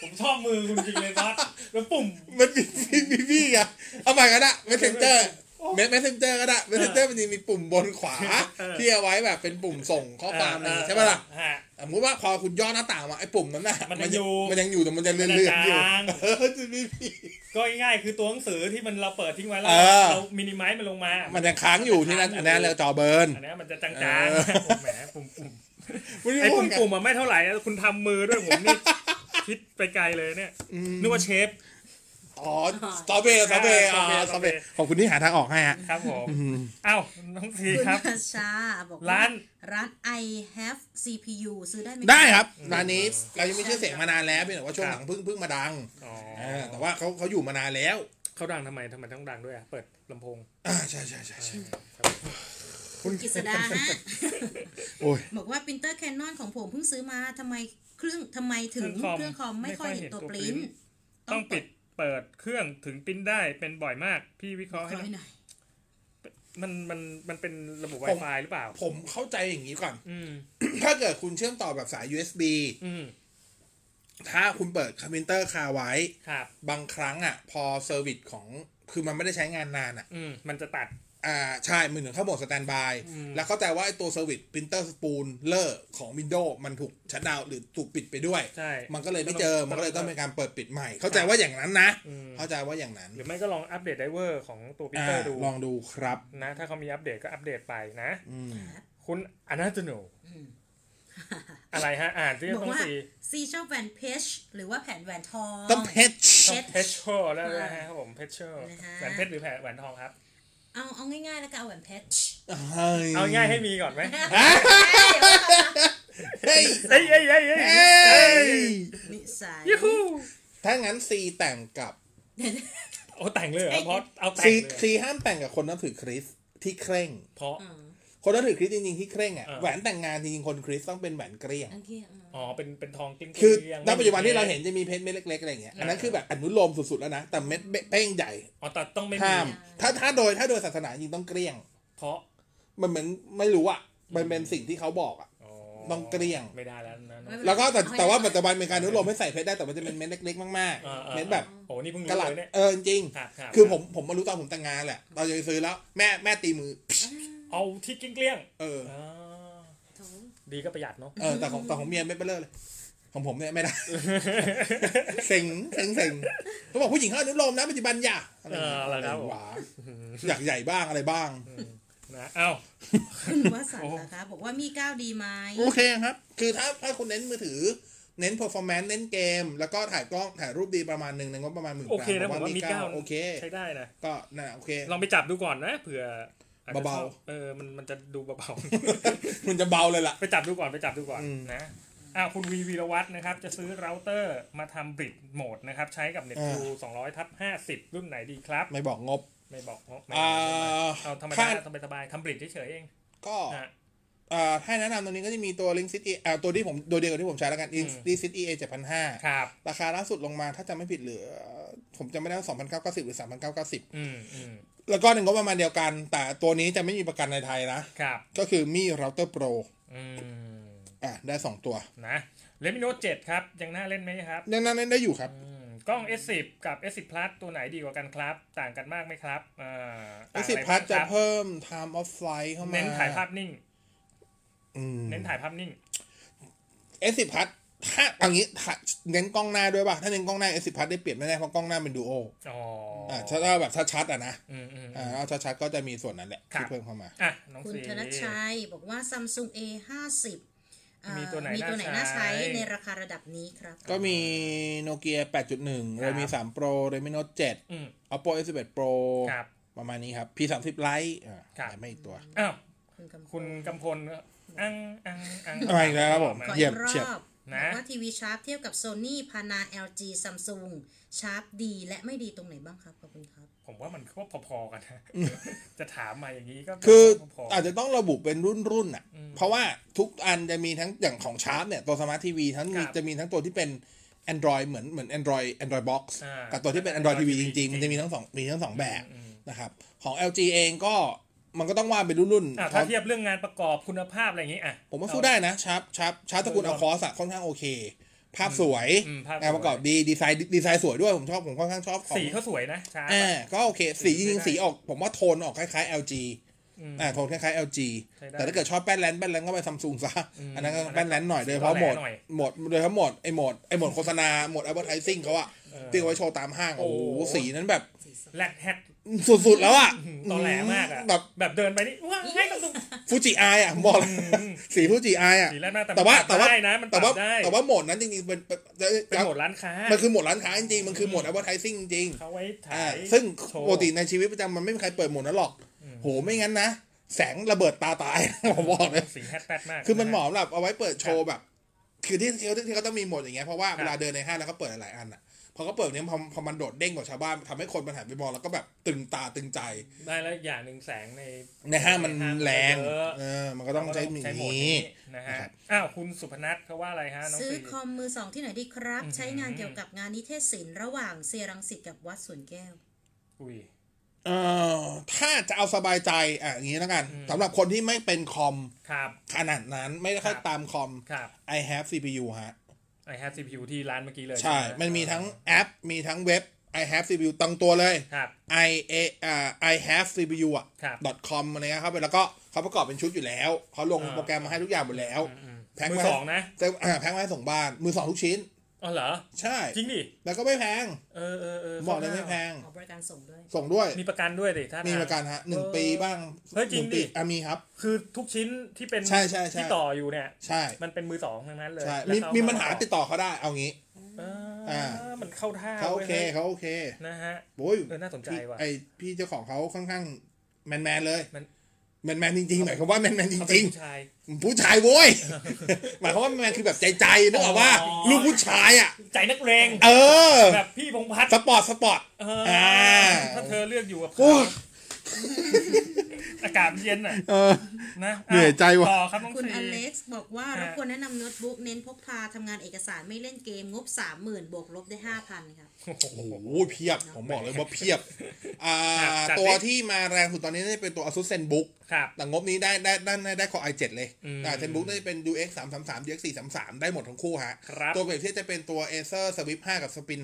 S4: ผมชอบมือคุณจริงเลยวัดแล้วปุ่ม
S3: มันมีมีมีพี่ไงเอาใหม่ก็ได้ messenger เมสเซนเจอร์ก็ได้ messenger มันจะมีปุ่มบนขวา
S4: เออ
S3: ที่เอาไว้แบบเป็นปุ่มส่งข้อความอะไรอย่างงี้ใช่ป่ะล่ะ
S4: ฮะ
S3: สมมติว่าพอคุณย่อหน้าต่างมาไอ้ปุ่มนั้นน่ะ
S4: มันยังอยู่
S3: มันยังอยู่แต่มันจะเลื่อนเลื่อนอยู่
S4: มันจะจาง
S3: เออจะมีพี่
S4: ก็ง่ายๆคือตัวหนังสือที่มันเราเปิดทิ้งไว้แล้ว
S3: เออ
S4: เรามินิไมซ์มันลงมา
S3: มันยังค้างอยู่ที่นั่น
S4: มันยัง
S3: อัน
S4: ค้างอยู่
S3: นั้นเราจอเบิร์น
S4: อันนี้มันจะจาง
S3: เออ
S4: ๆผมแหมปุ่มปุ่ม ไอ้ปุ่มปุ่มๆอะไม่เท่าไหร่นะคุณทำมือด้วยผมนี่ คิดไปไกลเลยเนี่ยนึกว่าเชฟ
S3: อ๋อซอฟต์เวย์ซอฟต์เวย์อ๋อ
S4: อ่า
S3: ซ
S4: ซ
S3: อ
S4: อ
S3: ฟต์
S4: ฟต์
S3: เว
S4: เวย์
S3: ย์ขอบคุณที่หาทางออกให้ฮะ
S4: ครับผมอ้าวน้องที
S5: คุณ
S4: ครับ
S5: อาชาบอกว่
S4: ร้าน
S5: ร้าน I have CPU ซื้อได้ไหม
S3: ได้ครับร้านนี้เรายังไม่ชื่อเสียงมานานแล้วเพียงแต่ว่าช่วงหลังเพิ่งเพิ่งมาดัง
S4: อ๋อ
S3: เออแต่ว่าเขาเขาอยู่มานานแล้ว
S4: เขาดังทำไมทำไมต้องดังด้วยอะเปิดลำโพง
S3: อ่าใช่ใช่ใช่ใช่
S5: กิษดาฮะ
S3: โอ้ย
S5: บอกว่าปรินเตอร์แคนนของผมเพิ่งซื้อมาทำไมเครื่องทำไมถึงเครื่องคอมไม่ค่อยเห็นตัวปริ้น
S4: ต้องปิดเปิดเครื่องถึงปริ้นได้เป็นบ่อยมาก พี่วิเคราะห์
S5: ข
S4: ให้ห
S5: อ
S4: น่อย
S5: ให้หน่อย
S4: มันมันมันเป็นระบบ
S3: ผม
S4: Wi-Fi หรือเปล่า
S3: ผมเข้าใจอย่างนี้ก่อน
S4: อืม
S3: ถ้าเกิดคุณเชื่อมต่อแบบสาย USB
S4: อืม
S3: ถ้าคุณเปิดคอมพิวเตอร์คาไว้
S4: ครับ
S3: บางครั้งอ่ะ พอเซอร์วิสของคือมันไม่ได้ใช้งานนานอ่ะ
S4: อืมมันจะตัด
S3: อ่าใช่มือถึงเข้าโหมดสแตนบาย
S4: อืม
S3: แล้วเข้าใจว่าไอ้ตัวเซอร์วิสปรินเตอร์สปูลเลอร์ของ Windows มันถูกชัดดาวน์หรือถูกปิดไปด้วย
S4: ใช่
S3: มันก็เลยไม่เจอ มันก็เลยต้องเป็นการเปิดปิดใหม่ เข้าใจ
S4: ครับ
S3: ว่าอย่างนั้นนะ
S4: อืม
S3: เข้าใจว่าอย่างนั้น
S4: หรือไม่ก็ลองอัปเดตไดเวอร์ของตัวปริ้น
S3: อ่า
S4: เตอร์ดู
S3: ลองดูครับ
S4: นะ ถ้าเขามีอัปเดตก็อัปเดตไปนะ
S3: อืม
S4: คุณอนาจโนอะไรฮะ อ่านที่
S5: บอก
S4: ต้อง
S5: ว่า
S4: สี
S5: ซีชอบแหวนเพชรหรือว่าแผ่นแหวนทอง
S3: ต้องเพชร
S5: เพชร
S4: เพชรโชแล้วนะฮะครับผมเพชรโช
S5: นะฮะ
S4: แหวนเพชรหรือแหวนทองครับ
S5: เอาเอาง่ายๆแล้วก็เอาแหวนเพชร
S3: เฮ้ย
S4: เอาง่ายให้มีก่อนไหม
S3: เฮ้ย
S4: เอ้ยเอ้ยเอ้ยเอ้ย
S3: เฮ้
S4: เอ้ย
S3: ย
S5: นิสัย
S4: ยูฮู
S3: ถ้างั้นซีแต่งกับ
S4: โอ้แต่งเลยเหรอเพราะเอาแต่ง
S3: ซี
S4: เลยเหรอ
S3: ซีห้ามแต่งกับคนนับถือคริสต์ที่เคร่ง
S4: เพราะ
S5: อืม
S3: คนนับถือคริสต์จริงๆที่เคร่งอ่ะ
S4: เออ
S3: แหวนแต่งงานจริงๆคนคริสต์ต้องเป็นแหวนเกลี้ยง
S5: อันที่อืม
S4: อ๋อเป็นเป็นทองกลิ้งๆ
S3: คือ
S4: ยัง
S3: ณ
S4: ไม่มี
S3: ปัจจุบันที่เราเห็นจะมีเพชรเม็ดเล็กๆอะไรอย่างเงี้ยอันนั้นคือแบบอนุโลมสุดๆแล้วนะแต่เม็ดเป้งใหญ่
S4: อ๋อแต่ต้องไม่มี
S3: ห้าม ถ้าถ้าโดยถ้าโดยศาสนาจริงต้องเกลี้ยง
S4: เพราะ
S3: มันเหมือนไม่รู้อ่ะมันเป็นสิ่งที่เขาบอกอ่ะ
S4: อ๋
S3: ต้องเกลี้ยง
S4: ไม่ได้แล้วนะ
S5: ไม่เป็นไร
S3: แล้วก็แต่
S5: เอาไว้
S3: แต่ว่า
S5: ก่อน
S3: ปัจจุบันมีการอนุโลมให้ใส่เพชรได้แต่มันจะเป็นเม็ดเล็ก ๆ มาก
S4: เออเออ
S3: ๆเม็ดแบบ
S4: โอ้นี่เพิ่ง
S3: ก
S4: รู้
S3: ระหลัด
S4: เลยเนี่ย
S3: เออจริง
S4: ครับรับ
S3: ๆคือผมผมมารู้ตอนผมแต่งงานแหละเราจะไปซื้อแล้วแม่แม่ตีมือ
S4: เอาที่กลิ้งเกลี้ยง
S3: เออ
S4: ๆอ๋อ
S5: โถ
S4: ดีก็ประหยัดเนาะ
S3: เออแต่ของแต่ของเมียไม่เปนเลิกเลย ของผมเนี่ยไม่ ได้ เซ็งเซ็งเซ็งเขาบอกผู้หญิงเขาอนุโลมนะปัจจุบันอย่าอะไรอย่างเงี้ยอะไรวะอยากใหญ่บ้างอะไรบ้าง
S4: นะเอ้า
S5: คุณวสันต์นะคะบอกว่ามีก้าวดีไหม
S3: โอเคครับ คือถ้าถ้าคุณเน้นมือถือ เน้น performance เน้นเกม แล้วก็ถ่ายกล้องถ่ายรูปดีประมาณหนึ่งในงบประมาณหมื่น
S4: โอเคนะผมว่ามี
S3: เก้า
S4: เก้า
S3: โอเค
S4: ใช้ได้นะ
S3: ก็น่ะโอเค
S4: ลองไปจับดูก่อนนะเผื่ออจจะ
S3: เบาๆ
S4: ชอเออมันมันจะดูเบา
S3: มันจะเบาเลยล่ะ
S4: ๆ ไปจับดูก่อนไปจับดูก่อน
S3: อืม
S4: นะอ่าคุณวีวีรวัตรนะครับ จะซื้อเราเตอร์มาทำบริดโหมดนะครับ ใช้กับเน็ตทูสองร้อยทับห้าสิบรุ่นไหนดีครับ
S3: ไม่บอกงบ
S4: ไม่บอกเพราะไม่
S3: อ่า
S4: เอาธรรม
S3: ค่า
S4: ดาสบายสบายๆทำบริดเฉยๆเอง
S3: ก็
S4: ฮะ
S3: อ่าถ้าแนะนำตัวนี้ก็จะมีตัว Link City อ่าตัวที่ผมตัวเดียวกับที่ผมใช้แล้วกัน
S4: อืม
S3: Link City A 7,500
S4: ครับ
S3: ราคาล่าสุดลงมาถ้าจำไม่ผิดเหลือ ผมจำไม่ได้ว่า2,990 หรือ 3,990
S4: อืมอืม
S3: แล้วก็ในงบประมาณเดียวกัน แต่ตัวนี้จะไม่มีประกันในไทยนะ
S4: ครับ
S3: ก็คือมี Router Pro
S4: อืม
S3: อ่ะได้สองตัว
S4: นะเลมิโนเจ็ดครับ ยังน่าเล่นไหมครับ
S3: ยังนั่นเล่นได้อยู่ครับ
S4: อืมกล้อง S10 กับ S10 Plus ตัวไหนดีกว่ากันครับ ต่างกันมากไหมครับอ่า
S3: ไอ้
S4: ต่าง
S3: สิบ
S4: ไร
S3: พัทจะ
S4: บ้างครับ
S3: เพิ่ม time of flight เข้ามา
S4: เน้นถ่ายภาพนิ่ง
S3: อืม
S4: เน้นถ่ายภาพนิ่ง
S3: ไอ้สิบพัทถ้าเอางี้ถ้าเน้นกล้องหน้าด้วยป่ะ ถ้าเน้นกล้องหน้าไอ้สิบพัทได้เปรียบแน่ๆเพราะกล้องหน้าเป็นดูโอ
S4: อ๋อ
S3: อ่าถ้าเราแบบชัดๆอ่ะนะ
S4: อืมอืม
S3: อ่าเอาชัดๆก็จะมีส่วนนั้นแหละ
S4: ครับ
S3: ที่เพิ่มเข้ามา
S4: อ่ะ น้อง
S5: คุณ
S4: สี
S5: ธนชัยบอกว่า Samsung A ห้าสิบ
S4: มีตัวไหน
S5: มีตัวไหน
S4: น่า
S5: น่า
S4: ใช้
S5: ใช้ในราคาระดับนี้ครับ
S3: ก็มีโนเกีย8.1
S4: ครับ
S3: Redmi 3 Pro Redmi Note 7
S4: อืม
S3: Oppo S11 Pro
S4: ครับ
S3: ประมาณนี้ครับ P30 Lite อ่า
S4: ครับ
S3: ไม่อีกตัว
S4: อ้าว
S5: คุณกำพล
S4: คุณกำพลอังอังอัง
S3: อะไรนะครับผม
S5: ขอ
S3: เยี่
S5: อี
S3: ยม
S5: กร
S3: เฉียบ
S5: อบ
S4: นะ
S5: ว่าทีวีชาร์ปเทียบกับ Sony p a n a LG Samsung ชาร์ปดีและไม่ดีตรงไหนบ้างครับขอบคุณครับ
S4: ผมว่ามันก็พอๆกัน นะจะถามมาอย่างนี้ก็
S3: คือ
S4: พอๆ
S3: อาจจะต้องระบุเป็นรุ่นรุ่นๆอ่ะ
S4: อืม
S3: เพราะว่าทุกอันจะมีทั้งอย่างของชาร์ปเนี่ย ตัวสมาร์ททีวีทั้งมี
S4: ครับ
S3: จะมีทั้งตัวที่เป็น Android เหมือนเหมือน Android Android Box
S4: อ่ากั
S3: กับตัวที่เป็น Android TV จ
S4: Android
S3: ริ
S4: TV
S3: ง ๆ มันจะมีทั้งสองมีทั้งสองแบบ
S4: อืม
S3: นะครับ ของ LG เองก็มันก็ต้องว่าเป็นรุ่นรุ่นๆ
S4: อ่ะ
S3: เพ
S4: ถ้า
S3: ราะ
S4: เทียบเรื่องงานประกอบคุณภาพอะไรอย่างนี้อ่ะ
S3: ผมว่าสู้ได้นะชาร์ปชาร์ปชาร์ปตระกูล
S4: เอ
S3: อ
S4: อ
S3: คอสค่อนข้างโอเค ภาพสวย
S4: อืมภาพสวย
S3: งานประกอบดีดีไซน์ดีไซน์สวยด้วยผมชอบผมค่อนข้างชอบของ
S4: สีเขาสวยนะช้า
S3: อ่าก็โอเคสีจริง
S4: ใช้ได้
S3: ๆสีออกผมว่าโทนออกคล้ายๆ LG
S4: อืม
S3: อ่าโทนคล้ายๆ LG
S4: ใช่ได้
S3: แต่ถ้าเกิดชอบแป้นแลนด์แป้นแลนด์ก็ไปซัมซุงซะ
S4: อืม
S3: อันนั้นก็แป้นแลนด์หน่อยโดยเฉพาะ
S4: แห
S3: โหม
S4: ล่
S3: ด
S4: หน่อย
S3: โหมดโดยเฉพาะโหมดไอโหมดไอโหมดโฆษณาโหมดแอดเวอร์ทซิ่งเขาอะ
S4: เออ
S3: ที่เอาไว้โชว์ตามห้าง โอ้โห
S4: โอ้
S3: สีนั้นแบบ
S4: แลกแฮก
S3: สุดๆแล้วอะ
S4: ตอแหลมากอ่ะ
S3: แบบ
S4: แบบเดินไปนี่ว้าง่ายตรง
S3: ฟูจิไออะผมบอกเลยสีฟูจิไออะ
S4: สีแรกหน้าแต่
S3: แต่ว่า
S4: ปรั
S3: แต่
S4: บ
S3: ว่า
S4: ได้นะมันป
S3: แต่
S4: รั
S3: ว่า
S4: บได้
S3: แต่ว่าโหมดนั้นจริงๆเป็นเป็น
S4: ๆเป็นโหมดร้านค้า
S3: มันคือโหมดร้านค้าจริงๆมันคือโหมดแอดเวอร์ทซิ่งจริงๆ
S4: เขาไว้ถ่า
S3: อ่าย ซึ่ง
S4: โชว์
S3: ปกติในชีวิตประจำมันไม่มีใครเปิดโหมดนั้นหรอก
S4: อืม
S3: โหไม่งั้นนะ แสงระเบิดตาตาย ผมบอกเลย
S4: สีแฮตแปดมาก
S3: คือมันเหมาะสำหรับเอาไว้เปิดโชว์แบบ คือที่ที่เขาที่เขาต้องมีโหมดอย่างเงี้ยเพราะว่า
S4: ครับ
S3: เวลาเดินในห้างแล้วเขาเปิดหลายๆอันอ่ะพอเขาเปิดเนี้ยพอพอมันโดดเด้งกว่าชาวบ้านทำให้คนมันหันไปมองแล้วก็แบบตึงตาตึงใจ
S4: ได้แล้วอย่างหนึ่งแสงใน
S3: ในห้างมันแรง
S4: เยอะ
S3: เออมันก็ต้องใช้หมี
S4: ใช้โหมดนี้นะ
S3: นะ
S4: ฮะ
S3: ครับ
S4: อ้าวคุณสุพนัทเขาว่าอะไรฮะน้อง
S5: ซื้อ
S4: ซี
S5: คอมมือสองที่ไหนดีครับ
S4: อืม
S5: ใช้งานเกี่ยวกับงานนิเทศศิลป์ระหว่างเซรังสิตกับวัดสวนแก้ว
S4: อุ้ย
S3: เออถ้าจะเอาสบายใจอ่ะอย่างงี้แล้วกัน
S4: อืม
S3: สำหรับคนที่ไม่เป็นคอม
S4: ครับ
S3: ขนาดนั้นไม่ได้ค่อย
S4: ครับ
S3: ตามคอม
S4: ครับ
S3: I have CPU ฮะ
S4: I have CPU ที่ร้านเมื่อกี้เลย
S3: ใช่
S4: ไห
S3: มันมีทั้งแอป มีทั้งเว็บ I have CPU ตั้งตัวเลย
S4: ครับ
S3: I A อ่า I have CPU อ่ะ
S4: ครับ
S3: .com อะไรเงี้ยครับแล้วก็เขาประกอบเป็นชุดอยู่แล้ว เขาลง
S4: อ่า
S3: โปรแกรมมาให้ทุกอย่างหมดแล้ว
S4: อืม
S3: แพ็ค
S4: มือ
S3: ไว้
S4: สองนะ
S3: แต่อ่าแพ็คไว้ให้ส่งบ้าน มือสองทุกชิ้น
S4: อ๋อเหรอ
S3: ใช่
S4: จริงดิ
S3: แล้วก็ไม่แพง
S4: เออเออเออ
S3: บอกเลยไม่แพง
S5: ออกบริการส่งด้วย
S3: ส่งด้วย
S4: มีประกันด้วยสิถ้า
S3: มี
S4: มี
S3: ประกันฮะหนึ่งปีบ้าง
S4: เฮ้ยจริงดิ
S3: หนึ่ปีอ่ะมีครับ
S4: คือทุกชิ้นที่เป็น
S3: ใช่ใช่ใช่
S4: ที่ต่ออยู่เนี่ย
S3: ใช่
S4: มันเป็นมือสองทั้งนั้นเลย
S3: ใช่
S4: แล้ว
S3: มี
S4: เข
S3: มีปัญหาติดต่อเขาได้ เอางี้
S4: เออ
S3: อ่า
S4: มันเข้าท่า
S3: เขาโอเค
S4: ว้ย
S3: เขาโอเค
S4: นะฮะ
S3: โอ้ย
S4: เออน่าสนใจว่ะ
S3: พี่ไอพี่เจ้าของเขาค่อนข้าง แมนแมนๆเลย
S4: มัน
S3: แมนแมนๆจริงๆหมายความว่าแมนแมนๆจ
S4: เขาเป็น
S3: ริง
S4: ผู้ชาย
S3: ๆผู้ชายโว้ย หมายความว่าแมนๆคือแบบใจใจๆนึกออกว่า
S4: อ๋อ
S3: ลูกผู้ชายอ่ะ
S4: ใจนักเลง
S3: เออ
S4: แบบพี่พงษ์พัฒน์
S3: สปอร์ตสปอร์ต
S4: เอออา ถ้าเธอเลือกอยู่กับเขา
S3: โอ้ย
S4: อากาศเย็นอ่ะ
S3: เออ
S4: นะ
S3: เหนื่อยใจว่ะ
S4: ต่อครับน้อง
S5: คุณ
S4: ซี
S5: อเล็กซ์บอกว่า
S4: อ่ะ
S5: รบกวนแนะนำโน้ตบุ๊กเน้นพกพาทำงานเอกสารไม่เล่นเกมงบ 30,000 บวกลบได้ 5,000 ครับ
S4: โอ้โห
S3: โอ้โหเพียบ ผมบอกเลยว่าเพียบ อ่า
S4: จัดดิ
S3: ตัวที่มาแรงสุดตอนนี้น่าจะเป็นตัว Asus ZenBook
S4: ครับ
S3: แต่งบนี้ได้ได้ได้ได้ได้คอ i7 เลย
S4: อืม
S3: แต่ ZenBook น่าจะเป็น UX 3 3 3 UX 4 3 3ได้หมดทั้งคู่ฮะ
S4: ครับ
S3: ตัวเปรียบเทียบจะเป็นตัว Acer Swift 5 กับ Spin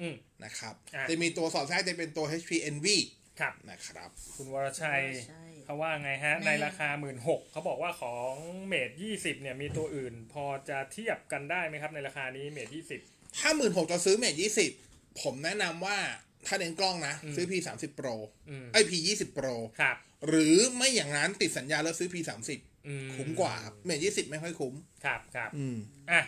S4: อืม
S3: 5 นะครับ
S4: อ่ะ
S3: จะมีตัวสอดแทรกจะเป็นตัว HP Envy
S4: ครับ
S3: นะครับ
S4: คุณวรชัยว
S5: รชัย
S4: เขาว่าไงฮะ ในราคา 1 6ื่นเขาบอกว่าของเมดยี่สิบเนี่ยมีตัวอื่น พอจะเทียบกันได้ไหมครับ ในราคานี้เมดยี่สิบ
S3: ถ้า 1 6ื่นจะซื้อ Mate 20 ผมแนะนำว่าถ้าเน้นกล้องนะ
S4: อืม
S3: ซื้อ P 3 0 Pro
S4: อืม
S3: ไอ้ย P 2 0 Pro
S4: ครับ
S3: หรือไม่อย่างนั้นติดสัญญาแล้วซื้อ P 3 0
S4: อื
S3: คุ้มกว่าครับเมทยี่สิบไม่ค่อยคุ้ม
S4: ครับครับ
S3: อืม
S4: อ่ะ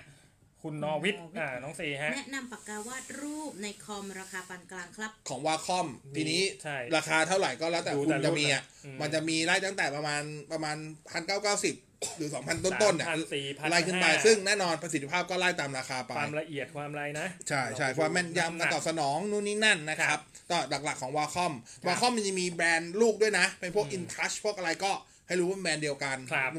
S4: คุณนอวิทย์
S5: คุณนอวิทย์
S4: อ่าน้องซีฮะ
S5: แนะนำปากกาวาดรูปในคอมราคาปานกลางครับ
S3: ของวาคอม ทีนี้
S4: ใช่
S3: ราคาเท่าไหร่ก็แล้วแต่
S4: ดู
S3: คุ
S4: แต่
S3: ณจะมีอ่ะ
S4: รุ่นอะอืม
S3: มันจะมีไล่ตั้งแต่ประมาณประมาณพันเก้าเก้าสิบหรือสองพันต้นๆเนี่ย
S4: พันสี่พัน
S3: ไล่ขึ้นไป ซึ่งแน่นอนประสิทธิภาพก็ไล่ตามราคาไป
S4: ความละเอียดความอะไรนะ
S3: ใช่ใช่ความแม่นยำการตอบสนองนู่นนี่นั่นนะครับก็หลักๆของวาคอมวาคอมมันจะมีแบรนด์ลูกด้วยนะ เป็นพวกอินทัชพวกอะไรก็ให้รู้ว่าแบรนด์เดียวกัน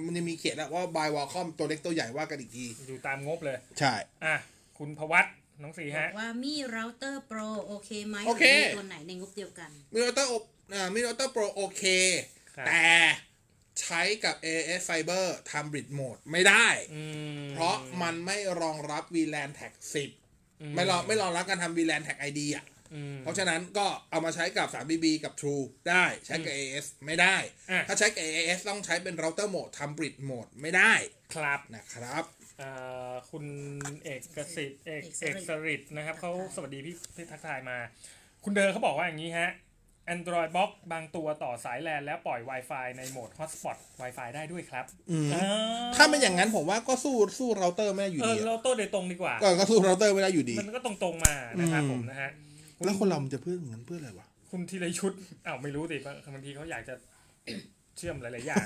S3: มันจะมีเขียนแล้วว่าบายวาคอมตัวเล็กตัวใหญ่ว่ากันอีกที
S4: อยู่ตามงบเลย
S3: ใช่
S4: อ่ะ คุณพวัตน้องซี
S5: บอ
S4: ฮะ
S5: กว่ามีเราเตอร์โปรโอเคไหม
S3: โอเค
S5: หรืมีตัวไหนในงบเดียวกัน
S3: มิโนเตอร์มิโนเตอร์โปรโอเค
S4: ครับ
S3: แต่ใช้กับ AS Fiber ทำบริดโหมดไม่ได้
S4: อืม
S3: เพราะมันไม่รองรับ VLAN Tag 10 ไม่รองไม่รองรับการทำ VLAN Tag ID อ่ะ
S4: อืม
S3: เพราะฉะนั้นก็เอามาใช้กับ 3BB กับ True ได้ใช้กับ AS ไม่ได้
S4: อ่ะ
S3: ถ้าใช้กับ AS ต้องใช้เป็นเราเตอร์โหมดทำบริดโหมดไม่ได้
S4: ครับ
S3: นะครับ
S4: อ่าคุณเอกสิทธิ์เอก
S5: เอก
S4: เอก
S5: สริทธิ์
S4: สริทธิ์นะครับเขาสวัสดีพี่พี่ทักทายมา คุณเดอร์เขาบอกว่าอย่างนี้ฮะ Android Box บางตัวต่อสายแลนแล้วปล่อย Wi-Fi ในโหมด Hotspot Wi-Fi ได้ด้วยครับอ่
S3: ถ้าไม่อย่างนั้นผมว่าก็สู้สู้เราเตอร์ไม่ได้อยู่
S4: เออ
S3: ดี
S4: เรา
S3: อะ
S4: โต้โดยตรงดีกว่า
S3: เออก็สู้เราเตอร์ไม่ได้อยู่ดี
S4: มันก็ตรงๆมานะครับ
S3: อืม
S4: ผมนะฮะ
S3: แล้วคนเรามันจะเพื่อนอย่างนั้นเพื่ออะไรว ะ
S4: คุณธีรยุทธ์อ้าวไม่รู้สิบางทีเขาอยากจะ เชื่อมหลาย ๆ อย่าง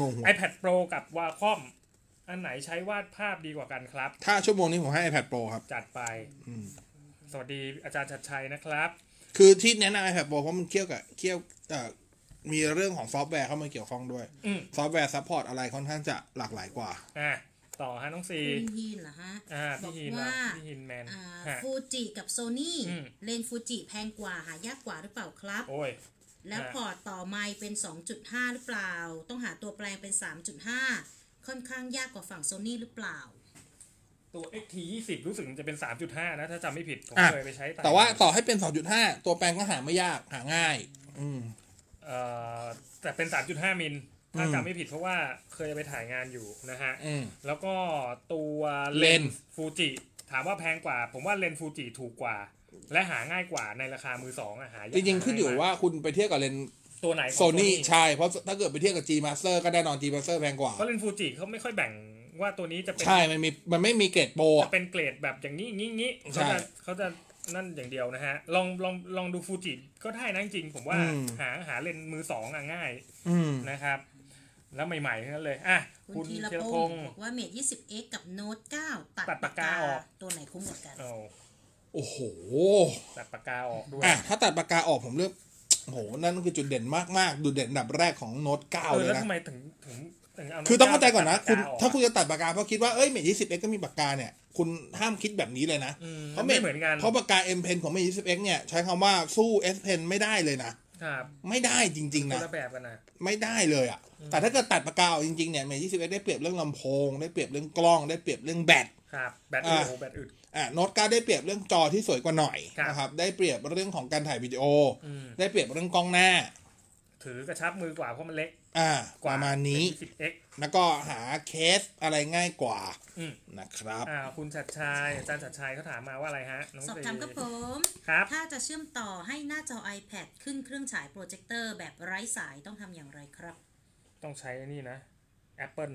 S3: งงหัว
S4: iPad Pro กับ Wacom อันไหนใช้วาดภาพดีกว่ากันครับ
S3: ถ้าชั่วโมงนี้ผมให้ iPad Pro ครับ
S4: จัดไป สวัสดีอาจารย์ชัดชัยนะครับ
S3: คือที่แนะนำ iPad Pro เพราะมันเกี่ยวกับเกี่ยวเอ่อมีเรื่องของซอฟต์แวร์เข้ามาเกี่ยวข้องด้วย
S4: อืม
S3: ซอฟต์แวร์ซัพพอร์ตอะไรค่อนข้างจะหลากหลายกว่า
S4: อ่ะต่อฮะน้องซี
S5: คุณฮีนเหรอฮะ
S4: อ่า
S5: บ
S4: พี่
S5: อก
S4: ฮิน
S5: ว่า
S4: มาพี่ฮินแมน
S5: อ่า
S4: ฮะ
S5: ฟูจิกับโซนี่
S4: อืม
S5: เลนส์ฟูจิแพงกว่าหายากกว่าหรือเปล่าครับ
S4: โอ้ย
S5: แล้ว
S4: ฮะ
S5: พอร์ตต่อไมค์เป็น 2.5 หรือเปล่า ต้องหาตัวแปลงเป็น 3.5 ค่อนข้างยากกว่าฝั่งโซนี่หรือเปล่า
S4: ตัว XT 20รู้สึกมันจะเป็น 3.5 นะ ถ้าจำไม่ผิด ผม
S3: อ่ะ
S4: เคยไปใช้ง
S3: แต่ว่าต่อให้เป็น 2.5 ตัวแปลงก็หาไม่ยากหาง่าย อืม
S4: เอ่อแต่เป็น 3.5 มิล ถ้า
S3: อืม
S4: จำไม่ผิดเพราะว่าเคยไปถ่ายงานอยู่นะฮะ
S3: อืม
S4: แล้วก็ตัว
S3: เล
S4: เล
S3: น
S4: น
S3: ส์
S4: ฟูจิถามว่าแพงกว่า ผมว่าเลนส์ฟูจิถูกกว่า และหาง่ายกว่าในราคามือสองอะหายาก
S3: จริงๆขึ้นอยู่ว่าคุณไปเทียบกับเลน
S4: ตัวไหนของ
S3: โซนี่ใช่ เพราะถ้าเกิดไปเทียบกับ G Master ก็แน่นอน G Master แพงกว่า
S4: เพราะเลนส์ฟูจิเขาไม่ค่อยแบ่งว่าตัวนี้จะเป็น
S3: ใช่ มันมีมันไม่มีเกรดโปรอะ
S4: จะเป็นเกรดแบบอย่างนี้อย่างนี้อย่างนี้
S3: ใช่
S4: เขาจะเขาจะนั่นอย่างเดียวนะฮะ ลองลองลองดูฟูจิก็ได้นะจริงๆผมว่า
S3: อืม
S4: หาหาเลนส์มือสองอะง่าย
S3: อืม
S4: นะครับ แล้วใหม่ๆทั้งนั้นเลย อ่ะคุ
S5: คุ
S4: ณ ณ
S5: ธี
S4: ธี
S5: ร
S4: ร
S5: พ
S4: พ
S5: ง
S4: ง
S5: ศ์
S4: ศ์
S5: บอกว่าเมท 20x กับโน้ต9ตัด
S4: ตัดปากกาออก
S5: ตัวไหนคุ้มกว่ากัน
S4: เอา
S3: โอ้โห
S4: ตัดปากกาออกด้วย
S3: อ่ะ ถ้าตัดปากกาออกผมเลือกโอ้โห นั่นคือจุดเด่นมากๆจุดเด่นอันดับแรกของโน้ต9
S4: เออ
S3: เลย
S4: แล้ว
S3: นะ
S4: ทำไมถึงถึงถึงเา
S3: คือต้องเข้าใจก่อนนะ
S4: ตั
S3: คุ
S4: ด
S3: ณ
S4: ปกกออก
S3: ถ้าคุณจะตัดปากกาเพราะคิดว่า เอ้ยเมจิสิบเอ็กก็มีปากกาเนี่ย คุณห้ามคิดแบบนี้เลยนะ
S4: อืม
S3: เพราะ
S4: มันไม่เหมือนกัน
S3: เพราะปากกา M Pen ของเมจิสิบเอ็กเนี่ย ใช้คำว่าสู้ S Pen ไม่ได้เลยนะ
S4: ครับ
S3: ไม่ได้จริง ๆ
S4: คน
S3: นะ
S4: ละแบบกันนะ
S3: ไม่ได้เลยอ่ะ แต่ถ้าเกิดตัดปากกาออกจริงๆเนี่ยเมจิสิบเอ็กได้เปรียบเรื่องลำโพง ได้เปรียบเรื่องกล้องได้เปรียบเรื่องแบต
S4: ครับแบต
S3: อ่ะ
S4: โอ้โหแบตอึด
S3: อ่ะโน้ตก้าได้เปรียบเรื่องจอที่สวยกว่าหน่อย
S4: ครับ
S3: นะครับได้เปรียบเรื่องของการถ่ายวิดีโอ
S4: อืม
S3: ได้เปรียบเรื่องกล้องหน้า
S4: ถือกระชับมือกว่าเพราะมันเล็ก
S3: อ่าก ป
S4: ว่า
S3: ระมาณนี้
S4: สิบเอ็ก
S3: แล้วก็หาเคสอะไรง่ายกว่า
S4: อืม
S3: นะครับ
S4: อ่าคุณชัดชัยอาจารย์ชัดชัยเขาถามมาว่าอะไรฮะน้อง
S5: สอบ
S4: ซี
S5: ถามกับผม
S4: ครับ
S5: ถ้าจะเชื่อมต่อให้หน้าจอ iPad ขึ้นเครื่องฉายโปรเจคเตอร์แบบไร้สายต้องทำอย่างไรครับ
S4: ต้องใช้ไอ้นี่นะ Apple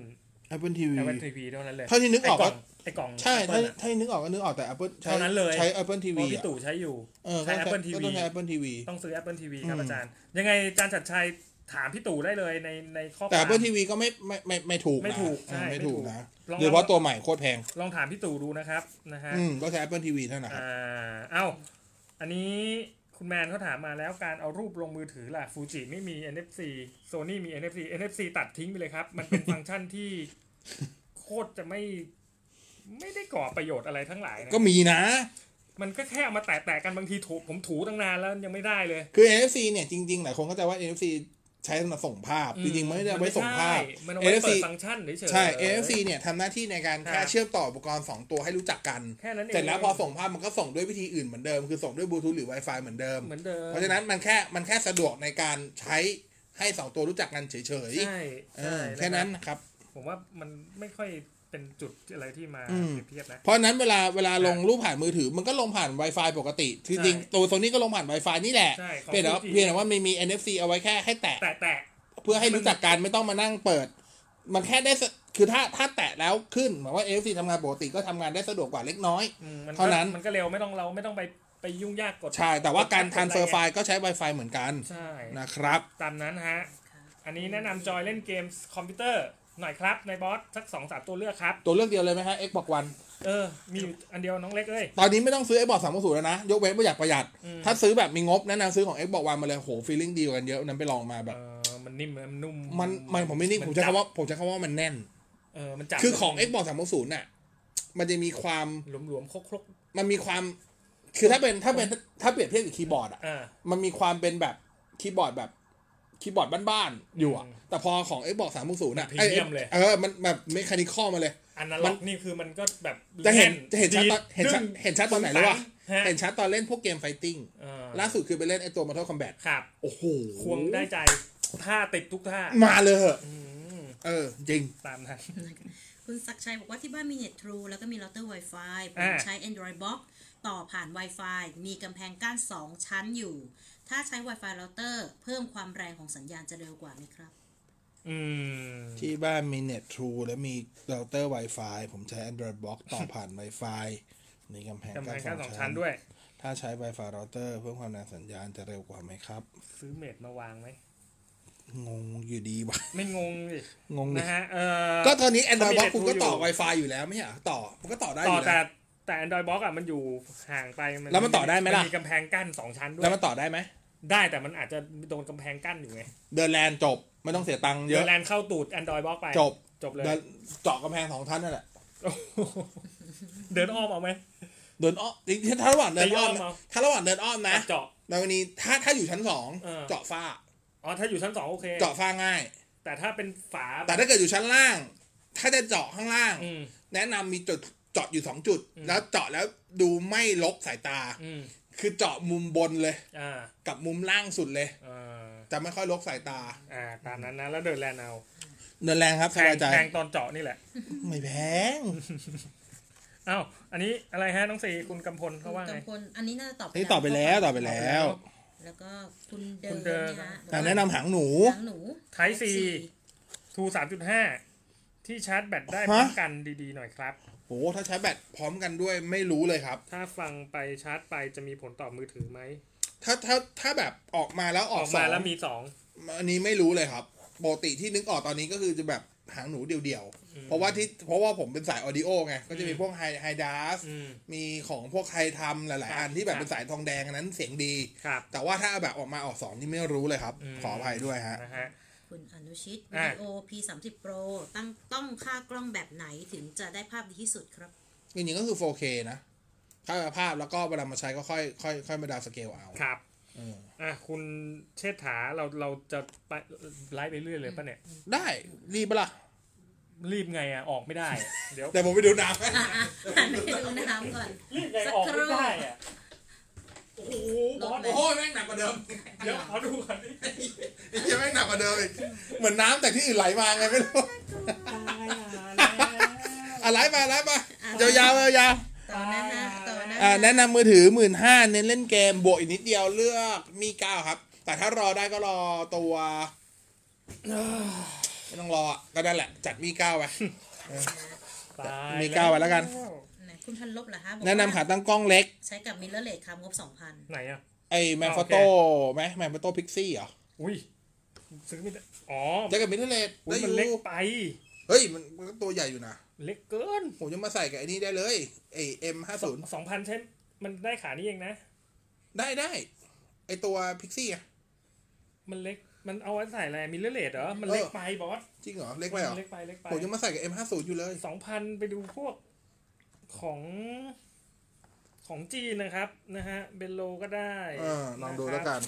S3: Apple TV
S4: Apple TV เท่านั้นเลย
S3: เท่าที่นึกออกว่า
S4: ไอ้กล่อง
S3: ใช่
S4: ไอ้กล่
S3: ถ้า
S4: อง Apple อะ
S3: ถ้านึกออกก็นึกออกแต่ Apple ใช้
S4: เท่านั้นเลย
S3: ใช้ Apple TV
S4: เพราะพี่
S3: อะ
S4: ตู่ใช้อยู่
S3: เออ
S4: ใช้ Apple TV
S3: ก็ต้องใช้ Apple TV
S4: ต้องซื้อ Apple TV ครับ
S3: อืม
S4: อาจารย์ ยังไงอาจารย์ชัดชัย ถามพี่ตู่ได้เลยในในข้อค
S3: แต่
S4: วาม
S3: Apple TV ก็ไม่ไม่ไม่ไม่ถูกนะ
S4: ไม่ถูกใช่
S3: อืมไม่ถูกนะ
S4: ไม่ถูกลอง
S3: โดยเฉพาะตัวใหม่โคตรแพง
S4: ลองถามพี่ตู่ดูนะครับนะฮะ
S3: อืมก็ใช้ Apple TV เท่านั้นครับ
S4: อ่า เอ้า อันนี้คุณแมนเขาถามมาแล้วการเอารูปลงมือถือล่ะฟูจิไม่มี NFC Sony มี NFC NFC ตัดทิ้งไปเลยครับ มันเป็นฟังก์ชันที่โคตรจะไม่ไม่ได้ก่อประโยชน์อะไรทั้งหลายนะ
S3: ก็มีนะ
S4: มันก็แค่เอามาแตะๆกันบางทีถูผมถูตั้งนานแล้วยังไม่ได้เลย
S3: คือ NFC เนี่ยจริงๆหลายคนก็จะว่า NFC ใช้สำหรับส่งภาพ จริงๆมันไม่ได้เอาไว้ส่งภาพ
S4: มันเอาไว้เปิ
S3: NFC
S4: ดฟังก์ชันเฉยๆ
S3: ใช่ NFC เนี่ยทำหน้าที่ในการ
S4: ครั
S3: แค่
S4: บ
S3: เชื่อมต่ออุปกรณ์สองตัวให้รู้จักกัน
S4: แค่นั้นเอง
S3: เสร็จแล้วพอส่งภาพมันก็ส่งด้วยวิธีอื่นเหมือนเดิม คือส่งด้วยบลูทูธหรือ Wi-Fi เหมือนเดิม
S4: เหมือนเดิม
S3: เพราะฉะนั้นมันแค่มันแค่สะดวกในการใช้ให้สองตัวรู้จักกันเฉย
S4: ใช่
S3: ๆเอ
S4: ใช่
S3: อแค่นั้นนะครับ
S4: ผมว่ามันไม่ค่อยเป็นจุดอะไรที่มา
S3: อืม
S4: เปรียบเทียบนะ
S3: เพราะฉะนั้นเวลาเวลาลงรูปผ่านมือถือมันก็ลงผ่าน Wi-Fi ปกติจริง
S4: ใช่
S3: ๆตัวโซนี่ก็ลงผ่าน Wi-Fi นี่แหละ
S4: ใช่ของ
S3: เพียงแต่ว่า
S4: Fuji
S3: เพียงแต่ว่ามันมี NFC เอาไว้แค่ให้แตะ
S4: แตะ
S3: เพื่อให้รู้จักการไม่ต้องมานั่งเปิด มันแค่ได้สคือถ้าถ้าแตะแล้วขึ้นหมายว่า NFC ทำงานปกติก็ทำงานได้สะดวกกว่าเล็กน้อย
S4: ๆอืมมัก็
S3: เท่านั้น
S4: มันก็เร็วไม่ต้องเราไม่ต้องไปไปยุ่งยากกด
S3: ใช่ แต่ว่าการ
S4: ด
S3: transfer ไฟล์ก็ใช้ Wi-Fi เหมือนกัน
S4: ใช่
S3: นะครับ
S4: ตามนั้นฮะ อันนี้แนะนำจอยเล่นเกมคอมพิวเตอร์หน่อยครับ ในบอสสักสองสามตัวเลือกครับ
S3: ตัวเลือกเดียวเลยไหมฮะ Xbox One
S4: เออ มีอยู่อันเดียวน้องเล็กเอ้ย
S3: ตอนนี้ไม่ต้องซื้อ Xbox 360แล้วนะ ยกเว้นว่าอยากประหยัด
S4: อืม
S3: ถ้าซื้อแบบมีงบแนะนำซื้อของ Xbox One มาเลยโหฟีลลิ่งดีกว่ากันเยอะนั้นไปลองมาแบ
S4: เอบ อมันนิ่มมันนุ่ม
S3: มันมันผมไม่นิ่งผมใช้
S4: จับ
S3: คำว่าผมใช้คำว่ามันแน่น
S4: เออมันจับ
S3: คือของ Xbox 360น่ะมันจะมีความ
S4: หลวมๆครก
S3: มันมีความ คือถ้าเป็นถ้าเป็นถ้าเปรียบเทียบกับคีย์บอร์ดอะ
S4: ๆอ่า
S3: มันมีความเป็นแบบคีย์บอร์ดแบบคีย์บอร์ดบ้านๆอยู่อะ
S4: อืม
S3: แต่พอของ Xbox 360น่ะ
S4: มัน
S3: ไอ้
S4: premium เลย
S3: เออมันแบบเมคานิคอลมาเลย
S4: อันนั้น
S3: มั
S4: ล็
S3: น
S4: อกนี่คือมันก็แบบ
S3: จะเห็น
S4: แ
S3: จะเห็นชัดตอน
S4: ดี
S3: เห็นชัดเห็นชัด
S4: ดึง
S3: ตอนไหนรู้ป่ะ
S4: ฮะ
S3: เห็นชัดตอนเล่นพวกเกมไฟติ้ง
S4: เออ
S3: ล่าสุดคือไปเล่นไอ้ตัว Mortal Kombat
S4: ครับ
S3: โอ้โห
S4: ควงได้ใจท่าติดทุกท่า
S3: มาเลยเหอะ
S4: อืม
S3: เออ จริง
S4: ตามนั้น
S5: นะคะคุณศักดิ์ชัยบอกว่าที่บ้านมีเน็ต True แล้วก็มีเราเตอร์ Wi-Fi ผ
S4: อ่า
S5: มใช้ Android Box ต่อผ่าน Wi-Fi มีกำแพงกั้น 2 ชั้นอยู่ ถ้าใช้ Wi-Fi เราเตอร์เพิ่มความแรงของสัญญาณจะเร็วกว่าไหมครับ
S4: อืม
S3: ที่บ้านมีเน็ต True และมีเราเตอร์ Wi-Fi ผมใช้ Android Box ต่อผ่าน Wi-Fi ในกำแพง
S4: กำแพงกั้นสองชั้นด้วย
S3: ถ้าใช้ Wi-Fi เราเตอร์เพิ่มความแรงสัญญาณจะเร็วกว่าไหมครับ
S4: ซื้อเมดมาวางไหม
S3: งงอยู่ดีวะ
S4: ไม่งงดิ
S3: งงดิ
S4: นะฮะเออ
S3: ก็ตอนนี้ Android
S4: เขา
S3: Box
S4: มี
S3: คุณก็ต่อ
S4: Netflix อยู่
S3: Wi-Fi อยู่แล้วไม่ใช่เหรอต่อ มันก็ต่อได้อ
S4: ต่อยู่แต่
S3: แล้ว
S4: แต่ Android Box อ่ะมันอยู่ห่างไป
S3: แล้วมันต่อได้ไหมล่ะ
S4: มีกำแพงกั้นสองชั้นด้ว
S3: แล้ว
S4: ย
S3: มันต่อได้ไหม
S4: ได้แต่มันอาจจะโดนกำแพงกั้นอยู่ไง
S3: เดินแลนจบ ไม่ต้องเสียตังค์เย
S4: เดิ
S3: อะ
S4: นแลนเข้าตูด Android Box ไป
S3: จบ
S4: จบเลย
S3: เดินเจาะกำแพงสองชั้นนั่นแหละ
S4: เดินอ้อมเอาไหม
S3: เดินอ้อมจริงๆถ้าระหว่างเดินอ้อม
S4: ตีอ้อมเอา
S3: นะถ้าระหว่างเดินอ้อมนะ
S4: เจาะ
S3: ในวันนี้ถ้าถ้าอยู่ชั้นสอง
S4: เออ
S3: เจาะฝ้า
S4: อ๋อถ้าอยู่ชั้นสองโอเค
S3: เจาะฝ้าง่าย
S4: แต่ถ้าเป็นฝา
S3: แต่ถ้าเกิดอยู่ชั้นล่าง ถ้าจะเจาะข้างล่าง
S4: อืม
S3: แนะนำมีจุดเจาะอยู่สองจุด
S4: อืม
S3: แล้วเจาะแล้วดูไม่ลบสายตา
S4: อืม
S3: คือเจาะมุมบนเลย
S4: อ่า
S3: กับมุมล่างสุดเลย
S4: อ่า
S3: จะไม่ค่อยลบสายตา
S4: อ่าตามนั้นนะแล้วเดินแลนเอา
S3: เดินแรงครับ
S4: แพ
S3: ส
S4: ง
S3: บายใจ
S4: แพงตอนเจาะนี่แหละ
S3: ไม่แพง
S4: อ้าวอันนี้อะไรฮะน้องสีคุณกำพลเขาว่าไง
S5: กังพลอันนี้น่าจะตอบ
S3: นี่ตอบไปแล้วตอบไปแล้ว
S5: แล้วก็คุณเดิ
S4: คุ
S5: น
S4: ณเดิน
S5: เยฮ
S3: แต่แนะนำหางหนู
S5: หางหนู
S4: Type C ทูสามจุดห้าที่ชาร์จแบตได้พร้อม
S3: ฮะ
S4: กันดีๆหน่อยครับ
S3: โอ้ถ้าใช้แบตพร้อมกันด้วยไม่รู้เลยครับ
S4: ถ้าฟังไปชาร์จไปจะมีผลต่อมือถือไหม
S3: ถ้าถ้าถ้าแบบออกมาแล้วอ
S4: อ
S3: อ
S4: อก
S3: สอ
S4: กมาง แล้วมีสอง
S3: อันนี้ไม่รู้เลยครับปกติที่นึกออกตอนนี้ก็คือจะแบบหางหนูเดียวๆ เพราะว่าที่เพราะว่าผมเป็นสายออดิโอไง ก็จะมี
S4: อืม
S3: พวกไฮไฮดัส
S4: อืม
S3: มีของพวกใครทำหลาย
S4: ค
S3: ๆ
S4: รับ
S3: อันที่แบบ
S4: ครับ
S3: เป็นสายทองแดงอันนั้นเสียงดี
S4: ครับ
S3: แต่ว่าถ้าแบบออกมาออกสองนี่ไม่รู้เลยครับ
S4: อืม
S3: ขออภัยด้วยฮะ
S4: นะฮะ
S5: คุณอนุชิตวิ
S4: อ่ะ
S5: ดีโอ P30 Pro ตั้งต้องค่ากล้องแบบไหนถึงจะได้ภาพดีที่สุดครับ
S3: จริงๆก็คือ 4K นะค่าภาพแล้วก็เวลามาใช้ก็ค่อยค่อยค่อยมาดาวน์สเกลเอา
S4: ครับ
S3: เออ
S4: อ่ะคุณเชษฐาเราเราจะไปไลฟ์ไปเรื่อยเลยป่ะเนี่ย
S3: ได้รีบปะล่ะ
S4: รีบไงอ่ะ ออกไม่ได้อะเดี๋ยว
S3: แต่ผมไปดูหน้ำ
S5: อ่ะอ่ะหันไปดูน้ำก่อน
S4: รีบไงออกไม่ได้อ่ะ โอ้โหบอส
S3: โอ้โหแม่งหนักกว่าเดิม
S4: เดี๋ยวขอดูก่อนดิ
S3: ไอ้เหี้ยแม่งหนักกว่าเดิมอีกเหมือนน้ำจากที่อื่นไหลมาไงไม่รู้อะไหลมาไหลมายาวๆยาว
S5: ต่อนะฮะต่อนะ
S3: ๆอ่าแนะนำมือถือหมื่นห้าเน้นเล่นเกมบวกอีกนิดเดียวเลือกมีเก้าครับ แต่ถ้ารอได้ก็รอตัวเอ้อไม่ต้องรออะก็นั่นแหละ จัดมีเก้าไป
S4: ตาย
S3: มีก้าวไว้แล้วกัน
S5: ไหนคุณพันลบเหรอฮะบอกว่า
S3: แนะนำขาตั้งกล้องเล็ก
S5: ใช้กับมิลเลอร์เลทครับงบ 2,000
S4: ไหนอ่ะ
S3: ไอ้แมนฟอโต้ไหมแมนฟอโต้พิกซี่เหรอ
S4: อุ้ย ซื้อไม่ได้อ๋อ
S3: แจ็คกับมิดเดิลเลด
S4: อุ๊
S3: ได้
S4: ย
S3: อยู่
S4: มันเล็กไป
S3: เฮ้ยมันมันก็ตัวใหญ่อยู่นะ
S4: เล็กเกิน
S3: ผมยังมาใส่กับไอ้นี่ได้เลยไอเอ็มห้าศูนย์
S4: สองพันเช่นมันได้ขานี้เองนะ
S3: ได้ได้ไอตัวพิกซี่อะ
S4: มันเล็กมันเอาไว้ใส่อะไรมิลเลอร์เลดเหรอมันเล็ก
S3: เออ
S4: ไปบอส
S3: จริงเหรอเล็กไปเหรอ
S4: เล็กไปเล็กไป
S3: ผมยังมาใส่กับ M50 อยู่เลย
S4: สองพันไปดูพวกของของจีนนะครับนะฮะเบลโลก็ได้
S3: เออลองดู
S4: ะครับ
S3: แล้วกัน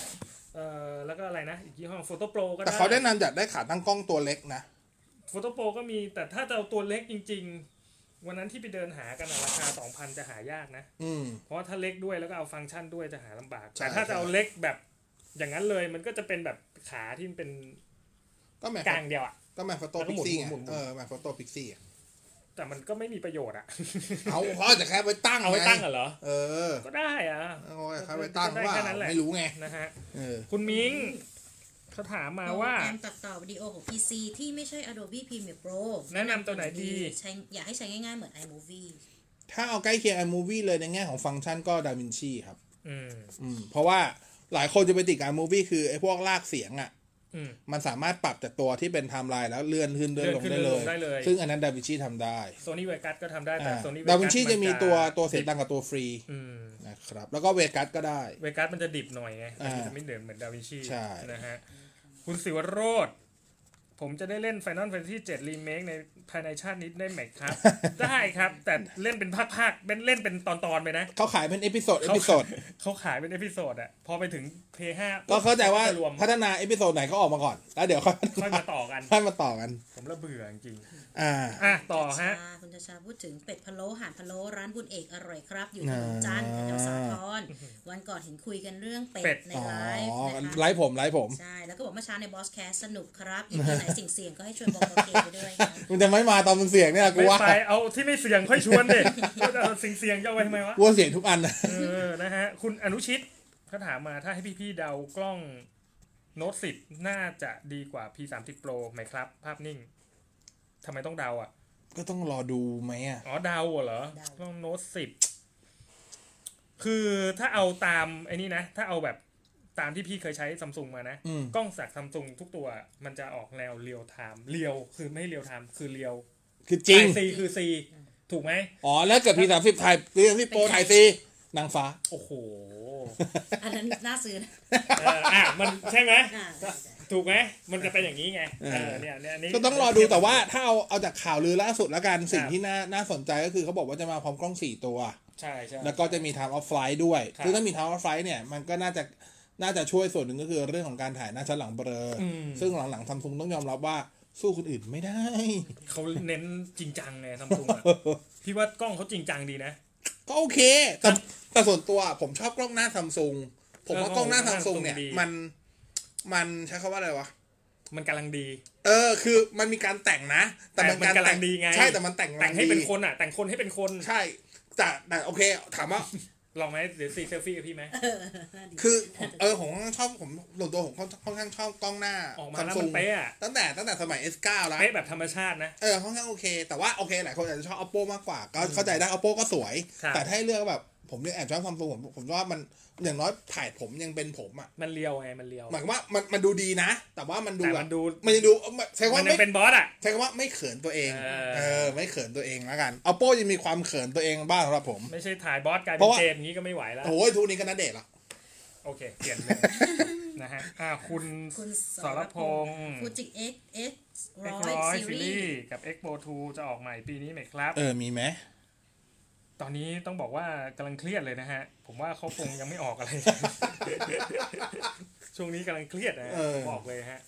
S4: เออแล้วก็อะไรนะ อีกยี่ห้อโฟโตโปรก็ได้
S3: แต่เขาแนะนำอยากได้ขาตั้งกล้องตัวเล็กนะ
S4: โฟโตโปรก็มีแต่ถ้าจะเอาตัวเล็กจริง ๆ วันนั้นที่ไปเดินหากันอะราคาสองพันจะหายากนะ
S3: อืม
S4: เพราะว่าถ้าเล็กด้วยแล้วก็เอาฟังก์ชันด้วยจะหาลำบาก
S3: ใช่
S4: แต่ถ้า
S3: ใช่
S4: จะเอาเล็กแบบอย่างนั้นเลยมันก็จะเป็นแบบขาที่มันเป็น
S3: ก็แม
S4: กลางเดียวอะ
S3: ก็แมฟโต้
S4: แล้วก็
S3: พิกซี่
S4: หมุน
S3: ไง
S4: หมุนหมุน
S3: เออแมฟโต้พิกซี่
S4: แต่มันก็ไม่มีประโยชน์อะ
S3: เอาเพราะจะแค่ไปตั้ง
S4: เอาไว้ตั้ง
S3: ง
S4: อะเหรอ
S3: เออ
S4: ก็ได้อะ
S3: เอาไว้แค่ไปตั้ง
S4: ก็ด้
S3: ว่า
S4: แค่นั้นแหละ
S3: ไม่รู้ไง
S4: นะฮะ
S3: เออ
S4: คุณมิงเขาถามมาว่า
S5: โปรแกรมตัดต่อวิดีโอของ PC ที่ไม่ใช่ Adobe Premiere Pro
S4: แนะนำตัวไหนดี
S5: ใช้อยากให้ใช้ง่ายๆเหมือน iMovie
S3: ถ้าเอาใกล้เคียง iMovie เลยในแง่ของฟังก์ชันก็ดาวินชีครับ
S4: อืม
S3: อืม เพราะว่าหลายคนจะไปติดกับ iMovie คือไอ้พวกลากเสียงอ่ะ
S4: อืม
S3: มันสามารถปรับจากตัวที่เป็นไทม์ไลน์แล้วเลื่อนขึ้นเลื่อนลงได้
S4: เลื่อนขึ้
S3: เล
S4: น
S3: ย
S4: เลื่อนลงได้เลย
S3: ซึ่งอันนั้นดาวินชีทำได้
S4: โซนี่เวกัสก็ทำได้แต่โซนี่
S3: ดาวินชีจะมีตัวตัวเสียงดังกับตัวฟรี
S4: อืม
S3: นะครับแล้วก็เวกัสก็ได้
S4: เวกัสมันจะดิบหน่อยไง
S3: อ่า
S4: มันจะไม่เดินเหมือนดาวินชี
S3: ใช่
S4: นะฮะ คุณสิวโรธผมจะได้เล่น Final Fantasy 7 Remake ในภายในชาตินี้ได้ไหม ครับ ได้ครับ แต่เล่นเป็นภาคๆเป็นเล่นเป็นตอนๆไปนะ
S3: เขาขายเป็นเอพิโซดเอ
S4: เขา
S3: พิโซด
S4: เขาขายเป็นเอพิโซดอะพอไปถึง P5
S3: ก็เข้าใจว่า
S4: จะรวม
S3: พัฒนาเอพิโซดไหนเขาออกมาก่อน แล้วเดี๋ยวค่อย
S4: ค่อยมาต่อกัน
S3: ค่อยมาต่อกัน
S4: ผมละเบื่อจริง
S3: อ่า
S4: ๆอ่ะต่อฮะ
S5: ชาคุณชาชาพูดถึงเป็ดพะโล้หานพะโล้ร้านบุญเอกอร่อยครับ อยู่ถนนจันทร์แถวสาทรวันก่อนเห็นคุยกันเรื่อง
S4: เป็
S5: เป็
S4: ด
S5: ดใน
S3: อ๋อ
S5: ไลฟ์นะคะ
S3: ไลฟ์ผมไลฟ์ผม
S5: ใช่แล้วก็บอกเมื่อเช้าในบอสแคสสนุกครับอยู่ที่ไหนสิ่งเสี่ยงก็ให้ชวนบอกโอเคไปด้วยนะ
S3: มันจะไม่มาตอนมันเสียงเนี่ยกู
S4: ไม่
S3: ว่า
S4: ไปเอาที่ไม่เสี่ยงค่อยชวนดิ เอาสิ่งเสี่ยงจะเอาไว้ทำไมวะ
S3: กลัวเสียงทุกอันนะ
S4: เออ นะฮะ คุณอนุชิตเขาถามมาถ้าให้พี่ๆเดากล้องโน้ตสิบน่าจะดีกว่า P 3 0 Pro ไหมครับ ภาพนิ่งทำไมต้องเดาอ่ะ
S3: ก็ต้องรอดูไหมอ่ะ
S4: อ๋อเดาเหรอกล้องโน้ตสิบคือถ้าเอาตามไอ้นี่นะ ถ้าเอาแบบตามที่พี่เคยใช้ซัมซุงมานะ
S3: อืม
S4: กล้องจากซัมซุงทุกตัวมันจะออกแนวเรียวไทม์เรียวคือไม่เรียวไทม์คือเรียว
S3: คือจริง
S4: ซีคือซีถูกไหม
S3: อ๋อ แล้วเกิดพีสามสิบถ่ายพีสามสิบโปรถ่ายซีนางฟ้า
S4: โอ้โห
S5: อันนั้นน่าซื้อนะ
S4: เอออ่ะมันใช่ไหม
S5: อ่า
S4: ถูกไหม มันจะเป็นอย่างนี้ไง
S3: เออ
S4: เออเนี่ยเนี่ยนนี้
S3: ก็ต้องรอดูแต่ว่าถ้าเอาเอาจากข่าวลือล่าสุดแล้วกันสิ่งที่น่าน่าสนใจก็คือเขาบอกว่าจะมาพร้อมกล้องสี่ตัว
S4: ใช่ใช่
S3: แล้วก็จะมี time of flight ด้วย
S4: ครับ
S3: ซึ่งถ้ามี time of flight เนี่ย มันก็น่าจะ น่าจะช่วยส่วนหนึ่งก็คือเรื่องของการถ่ายหน้าชั้นหลังเบลออซึ่งหลังๆซัมซุงต้องยอมรับว่าสู้คนอื่นไม่ได้
S4: เขาเน้นจริงจังไงซัมซุงอ่ะ พี่ว่ากล้องเขาจริงจังดีนะ
S3: ก็โอเค แต่แต่ส่วนตัวผมชอบกล้องหน้าซัมซุง ผมว่า
S4: เออก
S3: ล้องหน้า
S4: ผม
S3: ซั
S4: ว่าม
S3: ซุงเนี่ย
S4: Samsung ดี
S3: มัน มันใช้คำว่าอะไรวะ
S4: มันกำลังดี
S3: เออ คือมันมีการแต่งนะ แต่มัน
S4: แต่มัน
S3: การ
S4: กำลังดีไง
S3: ใช่แต่มันแต่ง
S4: แต่ง
S3: กำลั
S4: ให้เป็น
S3: ดี
S4: คนอ่ะ แต่งคนให้เป็นคน
S3: ใช่แต่แต่โอเค ถามว่า
S4: ลองไหมเดี๋ยวซีเซลฟี่กับพี่ไหม
S3: คือผมเออผมค่อนข้างชอบผมส่วนตัวผมค่อนข้างชอบกล้องหน้า
S4: ออกมา
S3: ซัม
S4: แล้ว
S3: ซุ
S4: มั
S3: ง
S4: นเป๊ะอะ
S3: ตั้งแต่ตั้งแต่สมัย S9 แล้ว
S4: เป๊ะแบบธรรมชาตินะ
S3: เออค่อนข้างโอเค แต่ว่าโอเคหลายคนอาจจะชอบ oppo มากกว่า ก็เข้าใจได้ oppo ก็สวย
S4: ครับ
S3: แต่ถ้าให้เลือกแบบผมเนี่ยแอบชอบ samsung ผมผมว่ามันอย่างน้อยถ่ายผมยังเป็นผมอ่ะ
S4: มันเลียวไง มันเลียว
S3: หมายความว่ามันมันดูดีนะ แต่ว่ามันดู
S4: แต่
S3: แบ
S4: มั
S3: บ
S4: นดู
S3: มันยังดูใช้คำ
S4: มั
S3: ว่าน
S4: ยั
S3: ไม่
S4: งเป็นบอสอ่ะ
S3: ใช้คำว่าไม่เขินตัวเอง
S4: เออ
S3: เออไม่เขินตัวเองแล้วกัน oppo ยังมีความเขินตัวเองบ้างสำหรับผม
S4: ไม่ใช่ถ่ายบอสกลาย
S3: เพ
S4: เป็น
S3: ราะว่า
S4: เกมอย่างนี้ก็ไม่ไหวแล้ว
S3: โอ้ยทุกนี้ก็น่าเดทละ
S4: โอเค เปลี่ยนเลย นะฮะอ่ะคุณ
S5: คุณ
S4: สรพงษ์
S5: ฟูจิ X X
S4: เอ็ก
S5: ร้อ
S4: ร้
S5: ย
S4: อย
S5: ซี
S4: ซี
S5: รี
S4: รี
S5: ส์
S4: ส์กับ Expo 2 จะออกใหม่ปีนี้ไหมครับ
S3: เออมีไหม
S4: ตอนนี้ต้องบอกว่ากำลังเครียดเลยนะฮะ ผมว่าเขาคงยังไม่ออกอะไร ช่วงนี้กำลังเครียดนะฮะผมบอกเลยฮะ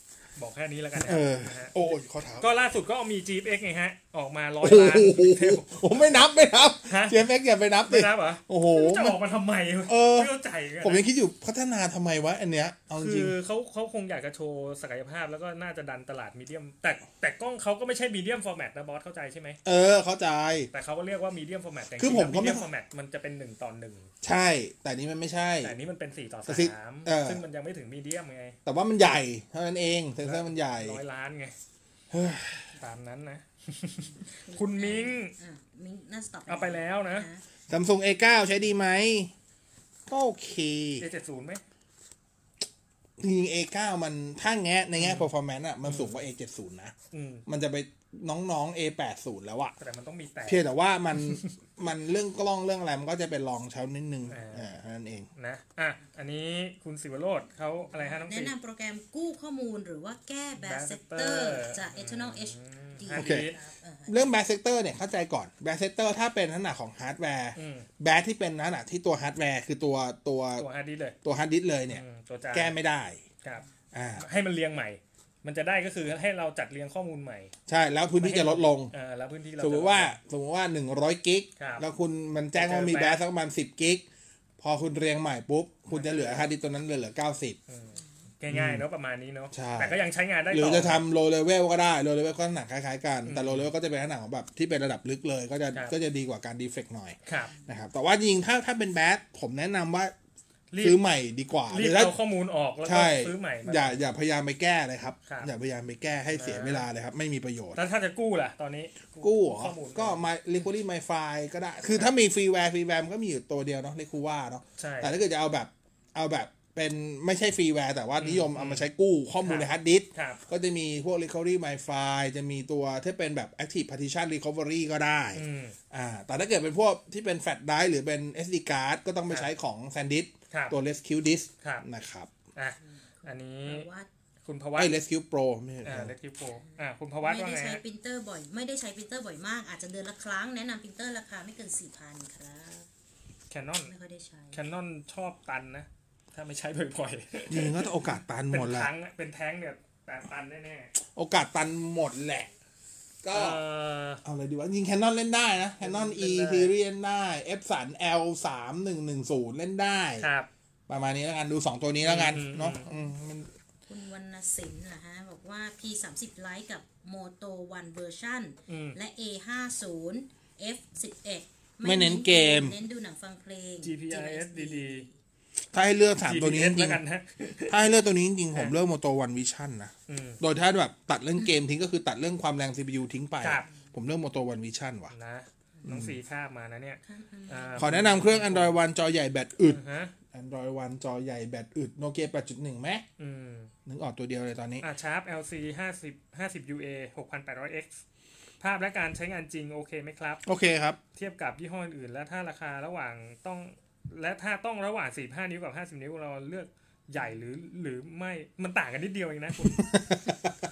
S4: บอกแค่นี้แล้วกันนะ
S3: เออ
S4: นะฮะ
S3: โอ้ยขอถาม
S4: ก็ล่าสุดก็มี g ี x ไงฮะ ออกมาร้อ
S3: โอ้โห
S4: ยล้านเทล
S3: ผมไม่นับไม่นับ
S4: ฮะ
S3: เจมส์เอ็กซ์อย่าไปนับดิ
S4: ไม่นับเหรอ
S3: โอ้โห
S4: ไม่รู้จะ
S3: มัน
S4: ออกมาทำไมวะ
S3: เออ
S4: ไม่เข้าใจเหมือนกัน
S3: ผมยั
S4: นะ
S3: งคิดอยู่พัฒนาทำไมวะอันเนี้ยเอาจ
S4: คื
S3: ริง
S4: อเขาเขาคงอยากจะโชว์ศักยภาพแล้วก็น่าจะดันตลาดมีเดียม แต่แต่กล้องเขาก็ไม่ใช่มีเดียมฟอร์แมตนะบอสเข้าใจใช่ไหม
S3: เออ เข้าใจ
S4: แต่เขาก็เรียกว่ามีเดียมฟอร์แมตแต่
S3: คือผมก็ไม่
S4: มีเดียมฟอร์แมตมันจะเป็นหนึ่งต่อหนึ่ง
S3: ใช่ แต่นี้มันไม่ใช่
S4: แต่อันนี้มันเป็นสี่ต่อ
S3: แต่สิ
S4: สาม
S3: เออ
S4: ซึ่งมันยังไม่ถึงมีเดียมไง
S3: แต่ว่ามันใหญ่ เท่านั้นเองเซนเซอร์มันใหญ่
S4: ร้อยล้านไง
S3: เฮ้ย
S4: ตามนั้นนะ คุณมิง
S5: อ่ะมิ้งน่าจะตอบ
S4: เอาไปแล้วนะ
S5: ฮ
S3: ซัมซุง A9 ใช้ดีไหมก็โอเค
S4: A70 ไหม
S3: จริงๆ A9 มันถ้าแงะในแง่ performance อ่ะมันสูงกว่า A70 นะ
S4: อืม
S3: มันจะไปน้องๆ A80 แล้วอะ
S4: แต่มันต้องมีแต่
S3: เพียงแต่ว่ามัน มันเรื่องกล้องเรื่องอะไรมันก็จะเป็นรองเช้านิดนึง
S4: เอออ่
S3: อ่านั่นเอง
S4: นะอ่ะอันนี้คุณสิวโรดเขาอะไรฮะน้อง
S5: แนะ
S4: สิ
S5: นำโปรแกรมกู้ข้อมูลหรือว่าแก้แบสเซปเตอร์จาก Eternal HD
S4: โอ
S3: โอ
S4: เค
S3: เค
S5: ครับเออ
S3: เรื่อง bad sector เนี่ยเข้าใจก่อน bad sector ถ้าเป็นลักษณะของฮาร์ดแวร์
S4: อืม
S3: bad ที่เป็นลักษณะที่ตัวฮาร์ดแวร์คือตัวตัว
S4: ตัวฮาร์ดดิสก์เลย
S3: ตัวฮาร์ดดิสก์เลยเนี่ย
S4: อืมตัวจาน
S3: แก้ไม่ได้
S4: ครับ
S3: อ่า
S4: ให้มันเรียงใหม่ มันจะได้ก็คือให้เราจัดเรียงข้อมูลใหม่
S3: ใช่แล้วพื้นที่จะลดลง
S4: เออแล้วพื้นที่เรา
S3: สมมติ
S4: จะ
S3: ว่าสมมติว่า 100 กิก
S4: ครับ
S3: แล้วคุณมันแจ้งว่ามี
S4: เจอ
S3: แบ
S4: แบต
S3: สสักประมาณ 10 กิก พอคุณเรียงใหม่ปุ๊บ คุณจะเหลือฮาร์ดดิสก์ตัวนั้นเหลือเหลือ 90
S4: ง่ายๆเนาะประมาณนี้เนาะ
S3: ใช่
S4: แต่ก็ยังใช้งานได้
S3: หรื
S4: ต่
S3: อ
S4: อ
S3: จะทำโลเลเวลก็ได้โลเลเวลก็หนักคล้ายๆกัน แต่โลเลเวลก็จะเป็นขนาดของแบบที่เป็นระดับลึกเลย ก็จะ
S4: ครับ
S3: ก็จะดีกว่าการดีเฟกหน่อย
S4: ครับ
S3: นะครับแต่ว่าจริงๆถ้าถ้าเป็นแบสผมแนะนำว่า
S4: รี
S3: ซื้อบ ใหม่ดีกว่าห
S4: รี
S3: รื
S4: บ
S3: อถ้า
S4: เอาข้อมูลออกแล้วก็
S3: ใช่
S4: ซื้อใหม่มา
S3: อย่าอย่าพยายามไปแก้เลยครับ
S4: ครับ
S3: อย่าพยายามไปแก้ให้เสีย
S4: นะ
S3: เวลาเลยครับไม่มีประโยชน์
S4: แล้วถ้าจะกู้ล่ะตอนนี้
S3: กู้เหรอ
S4: ข้อมูล
S3: ก็มาเรคูรี่ไมไฟก็ได้ คือถ้ามีฟรีแวร์ฟรีแวร์มันก็มีอยู่ตัวเดียวเนาะเรคูว่าเนาะ
S4: ใช่
S3: แต่ถ้าเกิดจะเอาแบบเอาแบบเป็นไม่ใช่ฟรีแวร์แต่ว่านิยมเอามาใช้กู้ข้อมูลในฮาร์ดดิสก์
S4: ครับ
S3: ก็จะมีพวก Recovery My File จะมีตัวที่เป็นแบบ Active Partition Recovery ก็ได้
S4: อืม
S3: อ่าแต่ถ้าเกิดเป็นพวกที่เป็น Flash Drive หรือเป็น SD card ก็ต้องไปใช้ของ SanDisk
S4: ครับ
S3: ตัว Rescue Disk
S4: ครับ
S3: นะครับ
S4: อ่ะอันนี้
S5: แต่ว่า
S4: คุณพวั
S3: ไอ้
S4: ต
S3: ย Rescue Pro ไม่ใช่
S4: อ่าเลทิโปอ่ะคุณพวัต
S5: ไม่
S4: ว่า
S5: ได้
S4: ไง
S5: ใช้
S4: ฮะ
S5: ปรินเตอร์บ่อย ไม่ได้ใช้ปรินเตอร์บ่อยมาก อาจจะเดือนละครั้ง แนะนำปรินเตอร์ราคาไม่เกิน 4,000 ครับ
S4: แคนนอน
S5: ไม่ค่อยได้ใช้
S4: แคนนอนชอบตันนะ ถ้าไม่ใช้บ่อย
S3: จริงๆก็ต้องโอกาสตันห
S4: ๆเป็
S3: มด
S4: น
S3: แหละ
S4: ทั้งอะเป็นแท้งเนี่ยแต่ตันแน่
S3: โอกาสตันหมดแหละ
S4: ๆ
S3: ก็
S4: เอ่อ
S3: เอาเลยดีวะยิงแคนนอนเล่นได้นะแคนนอน
S4: เล่
S3: E
S4: นได้
S3: series เล่นได้ F 3 L 3 1 1 0เล่นได้
S4: ครับ
S3: ประมาณนี้แล้วกันดูสองตัวนี้แล้วกัน
S4: อืม
S3: เนาะอืมมัน
S5: คุณวรรณสินนะฮะ บอกว่า P 3 0 Lite กับ Moto One Version
S4: อืม
S5: และ A 5 0 F 1 1
S3: ไม่เน้นเกม
S5: เน้นดูหนังฟังเพลง
S4: GPRS ดี
S3: ถ้าให้เลือกสาม
S4: ๆ
S3: ตัวนี้
S4: GPS
S3: จริ
S4: แล้ว
S3: ง
S4: กันนะ
S3: ๆถ้าให้เลือกตัวนี้จริงๆผม
S4: อ่ะ
S3: เลือกโมโตวันวิชั่นนะ
S4: อืม
S3: โดยถ้าแบบตัดเรื่องเกมทิ้งก็คือตัดเรื่องความแรง CPU ทิ้งไป
S4: ครับ
S3: ผมเลือกโมโตวันวิชั่นว่ะ
S4: นะน้องสีข้าบมานะเนี่ยา
S3: ขอแนะนำเครื่อง Android One จอใหญ่แบตอึด
S4: ฮะ
S3: Android One จอใหญ่แบตอึดโนเกีย8.1ไหม
S4: อืม
S3: นึกออกตัวเดียวเลยตอนนี้
S4: อ่าชาร์ป LC 50 50 UA 6800 X ภาพและการใช้งานจริงโอเคไหมครับ
S3: โอเคครับ
S4: เทียบกับยี่ห้ออื่น และถ้าราคาระหว่างต้อง และถ้าต้องระหว่าง 45 นิ้วกับ 50 นิ้วเราเลือกใหญ่หรือหรือไม่มันต่างกันนิดเดียวเองนะคุณ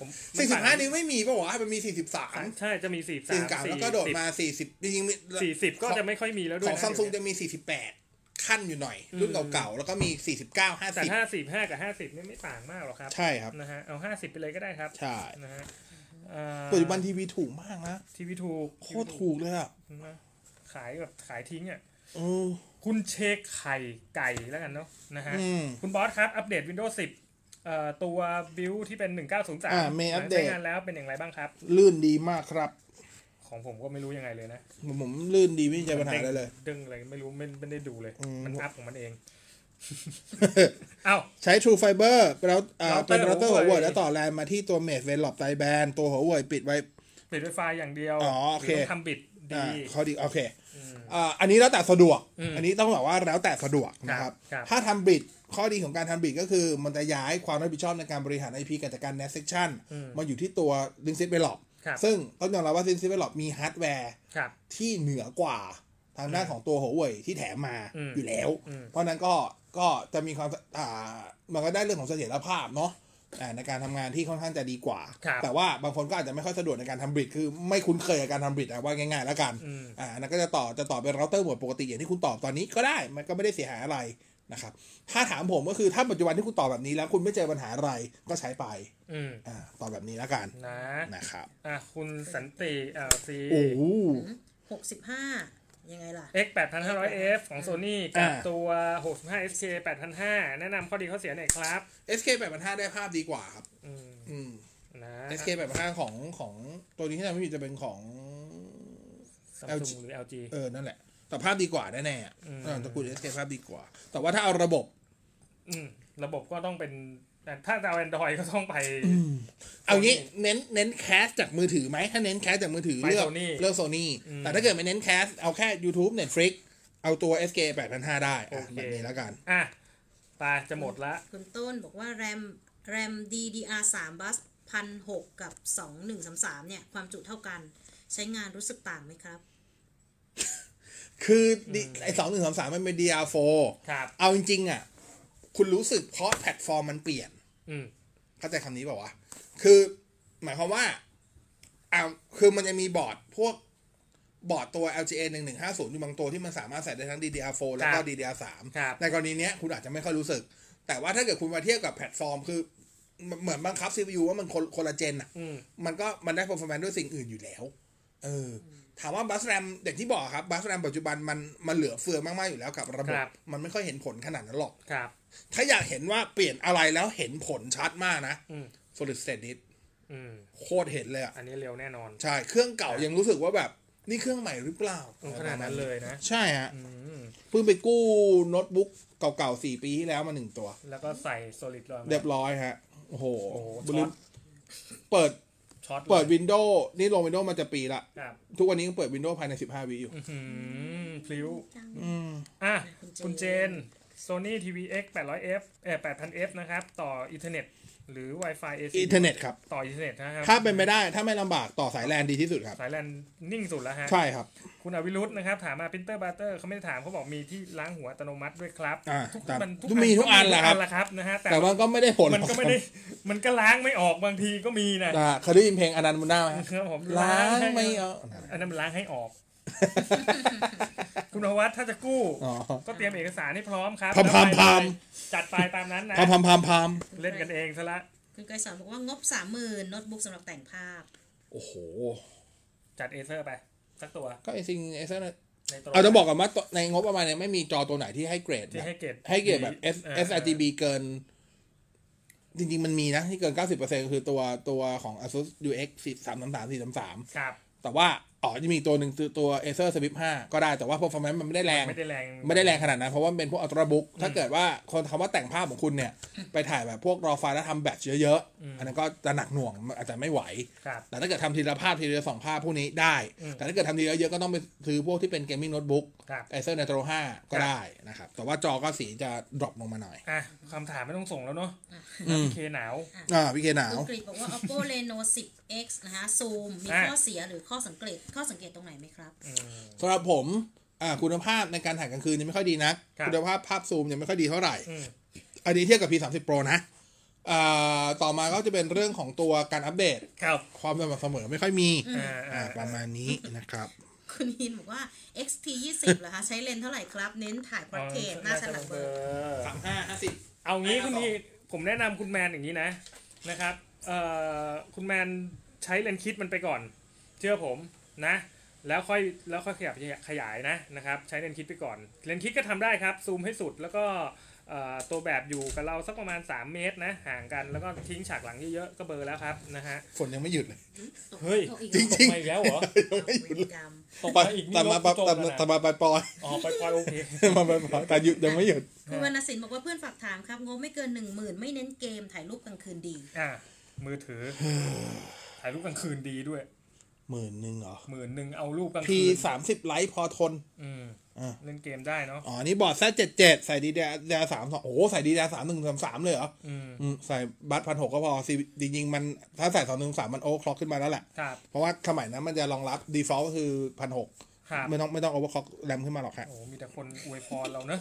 S4: ผมมัต่งกั
S3: 45 นิ้วไม่มีป่ะวะมันมี 43
S4: ใช่จะมี 43
S3: 43แล้วก็โดดมา 40 จริงๆมี
S4: 40 40 ก็จะไม่ค่อยมีแล้วด้ว
S3: ข
S4: ย
S3: อง
S4: นะ
S3: ซัมซุง
S4: เดี๋
S3: จะ
S4: ยวนี้
S3: มี 48 ขั้นอยู่หน่อย รุ่น
S4: อืม
S3: เก่าๆ แล้วก็มี 49
S4: แต่
S3: 50
S4: 55 กับ 50เนี่ยไม่ต่างมากหรอกครับ
S3: ใช่ครับ
S4: นะฮะเอา 50 ไปเลยก็ได้ครับ
S3: ใช่
S4: นะฮะอ่า
S3: ปัจจุบันทีวีถูกมากนะ
S4: ทีวีถูก
S3: โคตรถูกเลยอ่ะ
S4: นะขายแบบขายทิ้งอ่ะ
S3: เออ
S4: คุณเชคไข่ไก่แล้วกันเนาะนะฮะ
S3: อืม
S4: คุณบอสครับ อัปเดต Windows 10เอ่อตัวบิวที่เป็น 1903
S3: อ่ามีอัปเดต
S4: ใช้งานแล้วเป็นอย่างไรบ้างครับ
S3: ลื่นดีมากครับ
S4: ของผมก็ไม่รู้ยังไงเลยนะ
S3: ผมลื่นดีไม่เจอปัญหาอะไรเลย
S4: ดึงอะไรไม่รู้ไม่ไม่ได้ดูเลย
S3: อืม
S4: มันอัพของมันเอง เอ้า
S3: ใช้ True Fiber แล้วเอ่อ
S4: Router
S3: เป็นเราเตอร์
S4: Huawei
S3: หัวเว่ยแล้วต่อแลนมาที่ตัวเมดเวลลอปไตแบนตัวหัวเว่ยปิดไว้
S4: ปิดไวไฟอย่างเดียว
S3: อ๋อโอเค
S4: หรืต้องทำบิดดี
S3: อ่าเขาดี โอเค
S4: อืม
S3: อ่าอันนี้แล้วแต่สะดวก
S4: อืม
S3: อันนี้ต้องบอกว่าแล้วแต่สะดวกนะค
S4: ครั
S3: รั
S4: บบ ครับ
S3: ถ้าทำบิดข้อดีของการทำบิดก็คือมันจะย้ายความรับผิดชอบในการบริหาร IP การจัดการ Net Section มาอยู่ที่ตัว Link Set Develop
S4: ครับ
S3: ซึ่งต้องยอมรับว่า Link Set Develop มีฮาร์ดแวร์
S4: ครับ
S3: ที่เหนือกว่าทางด้านของตัวหัวเว่ยที่แถมมา
S4: อืม
S3: อยู่แล้ว
S4: อืม
S3: เพราะฉะนั้นก็ก็จะมีความอ่ามันก็ได้เรื่องของเสถียรภาพเนาะอ่าในการทำงานที่ค่อนข้างจะดีกว่า
S4: ครับ
S3: แต่ว่าบางคนก็อาจจะไม่ค่อยสะดวกในการทำบริดคือไม่คุ้นเคยกับการทำบริดอะว่าง่ายๆแล้วกัน
S4: อืม
S3: อ่าอันนั้นก็จะต่อจะต่อเป็นเราเตอร์หมวดปกติอย่างที่คุณตอบตอนนี้ก็ได้มันก็ไม่ได้เสียหายอะไรนะครับถ้าถามผมก็คือถ้าปัจจุบันที่คุณตอบแบบนี้แล้วคุณไม่เจอปัญหาอะไรก็ใช้ไป
S4: อืม
S3: อ่าตอบแบบนี้แล้วกัน
S4: นะ
S3: นะครับ
S4: อ่ะคุณสันติเอ่อซี
S3: โอ้โห
S5: 65 ยังไงล่ะ
S4: X 8 5 0 0 F ของ Sony กับ
S3: อ่า
S4: ตัว 65 SK 8 5 0 0 แนะนำข้อดีข้อเสียหน่อยครับ
S3: SK 8 5 0ได้ภาพดีกว่าครับ
S4: อืม
S3: อืม
S4: นะ
S3: SK 8 5 0ของของตัวนี้ที่ทำไม่ผิดจะเป็นของ
S4: ซัม
S3: LG
S4: ซุงหรือ LG
S3: เออนั่นแหละแต่ภาพดีกว่าแน่ๆอะ
S4: อืม
S3: เออตระกูล SK ภาพดีกว่า แต่ว่าถ้าเอาระบบ
S4: อืมระบบก็ต้องเป็นแต่ถ้าจะเอา Android ก็ต้องไป
S3: เอางี้เน้นเน้นแคสจากมือถือไหมถ้าเน้นแคสจากมือถือ
S4: ไป
S3: เลือก
S4: Sony
S3: เลือกโซนี่
S4: อืม
S3: แต่ถ้าเกิดไม่เน้นแคสเอาแค่ YouTube Netflix เอาตัว SK 8 5 0 0ได้
S4: โอ
S3: อะ
S4: เค
S3: แบบนี้แล้วกัน
S4: อ่ะ ไปจะหมดละ
S5: คุณต้นบอกว่าแรมแรม DDR 3 bus พันหกับ 2133 เนี่ย ความจุเท่ากันใช้งานรู้สึกต่างไหมครับ
S3: คือดิไอสองหนึ่งสามสามมันเป็น DR4
S4: ครับ
S3: เอาจริงๆอ่ะ คุณรู้สึกเพราะแพลตฟอร์มมันเปลี่ยน
S4: อืม
S3: เข้าใจคำนี้เปล่าวะ คือหมายความว่าอ่า คือมันจะมีบอร์ดพวกบอร์ดตัว LGA 1150อยู่บางตัวที่มันสามารถใส่ได้ทั้ง DDR4 แล้วก็
S4: ครับ
S3: DDR3
S4: ครับ
S3: ในกรณีเนี้ยคุณอาจจะไม่ค่อยรู้สึก แต่ว่าถ้าเกิดคุณมาเทียบกับแพลตฟอร์ม คือเหมือนเหมือนบังคับ CPU ว่ามันคนคนละเจนอ่ะ
S4: อืม
S3: มันก็มันได้ performance ด้วยสิ่งอื่นอยู่แล้ว เออ ถามว่าบัสแรมอย่างที่บอกครับบัสแรมปัจจุบันมันมันเหลือเฟือมากๆอยู่แล้วกับระบบ
S4: ครับ
S3: มันไม่ค่อยเห็นผลขนาดนั้นหรอก
S4: ครับ
S3: ถ้าอยากเห็นว่าเปลี่ยนอะไรแล้วเห็นผลชัดมากนะ
S4: อืม
S3: solid state disk
S4: อืม
S3: โคตรเห็นเลยอ่ะ
S4: อันนี้เร็วแน่นอน
S3: ใช่ เครื่องเก่ายังรู้สึกว่าแบบ นี่เครื่องใหม่หรือเปล่า
S4: อืมขนาดนั้นเลยนะ
S3: ใช่ฮะ
S4: อืม
S3: เพิ่งไปกู้โน้ตบุ๊กเก่าๆสี่ปีที่แล้วมาหนึ่งตัว
S4: แล้วก็ใส่ solid ลงมา
S3: เรียบร้อยฮะ โอ้โห
S4: โอ้โห
S3: บ
S4: ช็อต
S3: ลืมเปิด
S4: ช็อตลย
S3: เปิดวินโดว์นี่ลงวินโดว์มาจะปีละ
S4: ครับ
S3: ทุกวันนี้ยังเปิดวินโดว์ภายใน 15 วิอยู่
S4: อื้อหือพลิ้ว
S3: อืม
S4: อ่ะ
S5: คุ
S4: คุณ
S5: ณ
S4: เจ
S5: เจ
S4: น
S5: น
S4: Sony TVX 800F เอ่อ 8000F นะครับ ต่ออินเทอร์เน็ต หรือ Wi-Fi AC
S3: อินเทอร์เน็ตครับ
S4: ต่ออินเทอร์เน็ตนะครับ
S3: ถ้าเป็นไม่ได้ถ้าไม่ลำบากต่อสายแลนดีที่สุดครับ
S4: สายแลนนิ่งสุดแล้วฮะ
S3: ใช่ครับ
S4: คุณอวิรุธนะครับ ถามมาพิมพ์เตอร์บัตเตอร์เขาไม่ได้ถามเขาบอกมีที่ล้างหัวอัตโนมัติด้วยครับ
S3: อ่า
S4: ทุก
S3: ครับ
S4: มัน
S3: ทุกมีทุกอันเหรอครับ
S4: ละครับนะฮะแต่
S3: แต่มันก็ไม่ได้ผล
S4: มันก็ไม่ ได้ มันก็ล้างไม่ออกบางทีก็มีนะ
S3: อ่าเคยได้ยินเพลงอนันต์มุนนาไหมฮะ
S4: ครับผม
S3: ล้าง
S4: ให้
S3: ไม่เอา
S4: อันนั้นมันล้างให้ออก คุณนวัดถ้าจะกู้
S3: อ๋อ
S4: ก็เตรียมเอกสารให้พร้อมครับ
S3: พามพามพาม
S4: จัดไปตามนั้นนะ
S3: พามพามพามพาม
S4: เล่นกันเองซะละ
S5: คุณไกรสอนบอกว่างบ 30,000โน้ตบุ๊กสำหรับแต่งภาพ
S3: โอ้โห
S4: จัดเอเซอร์ไป สักตัว
S3: ก็ไอสิ่งไอเซนน
S4: ในตัว
S3: เอาจะบอกก่อนว่าตัวในงบประมาณเนี้ยไม่มีจอตัวไหนที่ให้เกรด
S4: ที่
S3: แบบ
S4: ให้เกรด
S3: ให้เกรดแบบ S
S4: เออ
S3: S R G B เกิน จริง ๆ มันมีนะ ที่เกิน 90%คือตัวตัวของ ASUS U X 333 433
S4: ครับ
S3: แต่ว่า อ๋อจะมีอีกตัวหนึ่งคือตัว Acer Swift 5 ก็ได้แต่ว่า performance มันไม่ได้แรง
S4: ไม่ได้แรง
S3: ไม่ได้แรงขนาดนั้น เพราะว่ามันเป็นพวกอัลตราบุ๊กถ้าเกิดว่าคนคำว่าแต่งภาพของคุณเนี่ย ไปถ่ายแบบพวกรอไฟล์แล้วทำแบตเยอะๆ อันนั้นก็จะหนักหน่วงมันอาจจะไม่ไหว
S4: ครับ
S3: แต่ถ้าเกิดทำทีละภาพทีละสองภาพพวกนี้ได้
S4: อืม
S3: แต่ถ้าเกิดทำทีละเยอะก็ต้องไปซื้อพวกที่เป็นเกมมิ่งโน้ตบุ๊ก
S4: ครับ
S3: ไอเซอร์ t r o 5 ก็ได้นะครับ แต่ว่าจอก็สีจะดรอปลงมาหน่อย
S4: อ่ะคำถามไม่ต้องส่งแล้วเนาะ
S3: อืม
S4: เคหนาว
S3: อ่าพี่เคหนาว
S5: คุณกริดบอกว่า Oppo Reno 10X นะคะ Zoom มี
S4: อ่ะ
S5: ข้อเสียหรือข้อสังเกตข้อสังเกตตรงไหนไหมครับ
S3: สำหรับผมอ่าคุณภาพในการถ่ายกลางคืนยังไม่ค่อยดีนัก
S4: ครับ
S3: คุณภาพภาพซูมยังไม่ค่อยดีเท่าไหร่
S4: อืม
S3: อันนี้เทียบกับ P30 Pro นะอ่าต่อมาก็จะเป็นเรื่องของตัวการอัปเดต
S4: ครับ
S3: ความสม่ำเสมอไม่ค่อยมี
S4: อ่า
S3: อ่า
S4: อ่า
S3: ประมาณนี้นะครับ
S5: คุณฮินบอกว่า XT 20เหรอคะ ใช้เลนส์เท่าไหร่ครับ เน้นถ่ายพอร์เทรตหน้าฉลับเบอร์
S4: ร์
S3: สามห้าห้าสิบ
S4: เอางี้คุณพี่ผมแนะนำคุณแมนอย่างนี้นะนะครับเอ่อคุณแมนใช้เลนส์คิดมันไปก่อน เชื่อผมนะ แล้วค่อยแล้วค่อยขยับขยายนะนะครับใช้เลนส์คิดไปก่อน เลนส์คิดก็ทำได้ครับซูมให้สุดแล้วก็เอ่อตัวแบบอยู่กับเราสักประมาณ 3 เมตรนะห่างกันแล้วก็ทิ้งฉากหลังเยอะๆก็เบลอร์แล้วครับนะฮะ
S3: ฝนยังไม่หยุดเลย
S4: เฮ้ย
S5: ตกอีก
S3: จริง
S4: ต
S3: ๆ
S4: กมาอีกแล้วเหรอ
S3: ยังไม่หยุดเลย
S5: จำ
S4: ตก
S3: ไป
S4: มาอีกนี่
S3: ตาม
S4: ล
S3: มา
S4: บ
S3: ปะ
S4: จบ
S3: ตาม
S4: แล้ว
S3: มาตาม
S4: นะ
S3: มาปลายปลอย
S4: อ๋อไปคอยโอเค
S3: ๆมาปลายปลอยแต่หยุดยังไม่หยุด
S5: คุณวรรณสินบอกว่าเพื่อนฝากถามครับงบไม่เกินหนึ่งหมื่นไม่เน้นเกมถ่ายรูปกลางคืนดี
S4: อ่ะมือถือ ถ่ายรูปกลางคืนดีด้วย
S3: หมื่นหนึ่งเหรอ
S4: หมื่นหนึ่งเอารูปกลาง
S3: P
S4: คืน
S3: สามสิบไลท์พอทน
S4: อืม
S3: อ่ะ
S4: เล่นเกมได้เนาะ
S3: อ๋อ นี่บอร์ดแซดเจ็ดเจ็ดใส่ดีเดียสามสองโอ้โหใส่ดีเดียสามหนึ่งสามสามเลยเหรอ
S4: อืม
S3: อืมใส่บัตพันหกก็พอซีจริงๆมันถ้าใส่สองหนึ่งสามมันโอเวอร์คล็อกขึ้นมาแล้วแหละ
S4: ครับ
S3: เพราะว่าสมัยนั้นมันจะรองรับ default ก็คือพันหก
S4: ครับ
S3: ไม่ต้องไม่ต้องโอเวอร์คล็อกแรมขึ้นมาหรอกฮะ
S4: โอ้โหมีแต่คนอวยพรเราเนอะ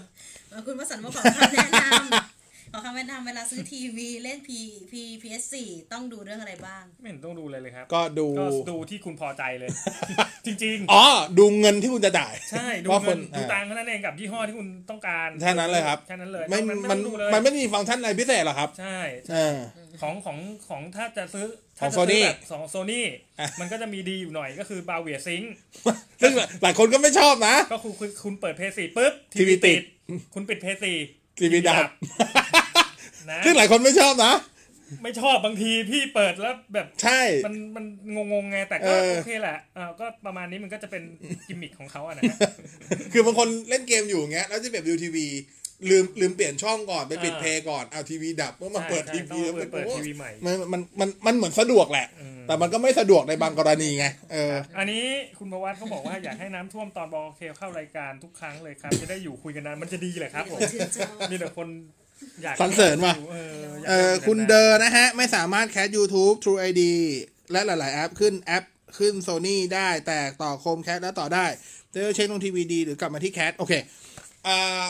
S5: เอ่อคุณวสันต์มาขอคำแนะนำ ขอคำแนะนำเวลาซื้อทีวีเล่น P P P S 4ต้องดูเรื่องอะไรบ้าง
S4: ไม่เห็นต้องดูเลยเลยครับ
S3: ก็ดู
S4: ก็ดูที่คุณพอใจเลย จริง
S3: อ๋อ ดูเงินที่คุณจะจ่าย
S4: ๆ ใช่ดู
S3: ว่าค
S4: เงิ
S3: น
S4: นดู
S3: อ่า
S4: ตังค์เท่านั้นเองกับยี่ห้อที่คุณต้องการ
S3: แค่นั้นเลยครับ
S4: แค่นั้นเลย
S3: ไม่
S4: นอก
S3: มัน
S4: ต้องดูเลย
S3: มันไม่ได้มีฟังก์ชันอะไรพิเศษหรอกครับ
S4: ใช่
S3: เออ
S4: ของของของถ้าจะซื้อ
S3: ขอ
S4: ถ้าง จะซื้
S3: Sony
S4: แบบสองโซนี่
S3: อ่ะ
S4: มันก็จะมีดีอยู่หน่อยก็คือบาเวียซิง
S3: ซึ่งหลายคนก็ไม่ชอบนะ
S4: ก็คือคุณคุณเปิดเพย์สี่ปุ๊บ
S3: ทีวีติด
S4: คุณปิดเพย์สี่
S3: ทีวีดับ
S4: นะ
S3: ซึ่งหลายคนไม่ชอบนะ
S4: ไม่ชอบบางทีพี่เปิดแล้วแบบ
S3: ใช่
S4: มันมันงงๆไงแต่
S3: เอ
S4: ก็
S3: อ
S4: โอเคแหละเอ่าก็ประมาณนี้มันก็จะเป็นกิมมิคของเขาอะ นะฮะ
S3: คือบางคนเล่นเกมอยู่อย่างเงี้ยแล้วจะแบบดูทีวีลืมลืมเปลี่ยนช่องก่อนไปปิด
S4: อ่า
S3: เพลย์ก่อนเอาทีวีดับเมื่อมาเปิด
S4: ใช่
S3: ที
S4: ต้
S3: วี
S4: อง
S3: แล้วมัน
S4: เปิดเปิด
S3: โอ้
S4: ทีวีใหม่
S3: มันมันมันมันเหมือนสะดวกแหละ
S4: อืม
S3: แต่มันก็ไม่สะดวกในบางกรณีไงเออ
S4: อันนี้คุณประวัติเขาบอกว่าอยากให้น้ำท่วมตอนบอลเคเข้ารายการทุกครั้งเลยครับ จะได้อยู่คุยกันนานมันจะดีเหรอครับผม
S5: ชื่นชอบ
S4: มีแต่คน อยาก
S3: สรรเสริญว่ะ
S4: เอออยาก
S3: เออคุณเดอร์นะฮะ ไม่สามารถแคส YouTube True ID และหลาย ๆ แอปขึ้นแอปขึ้น Sony ได้แต่ต่อโคมแคส แล้วต่อได้เดอร์เช็คลงทีวีดีหรือกลับมาที่แคส โอเคอ่า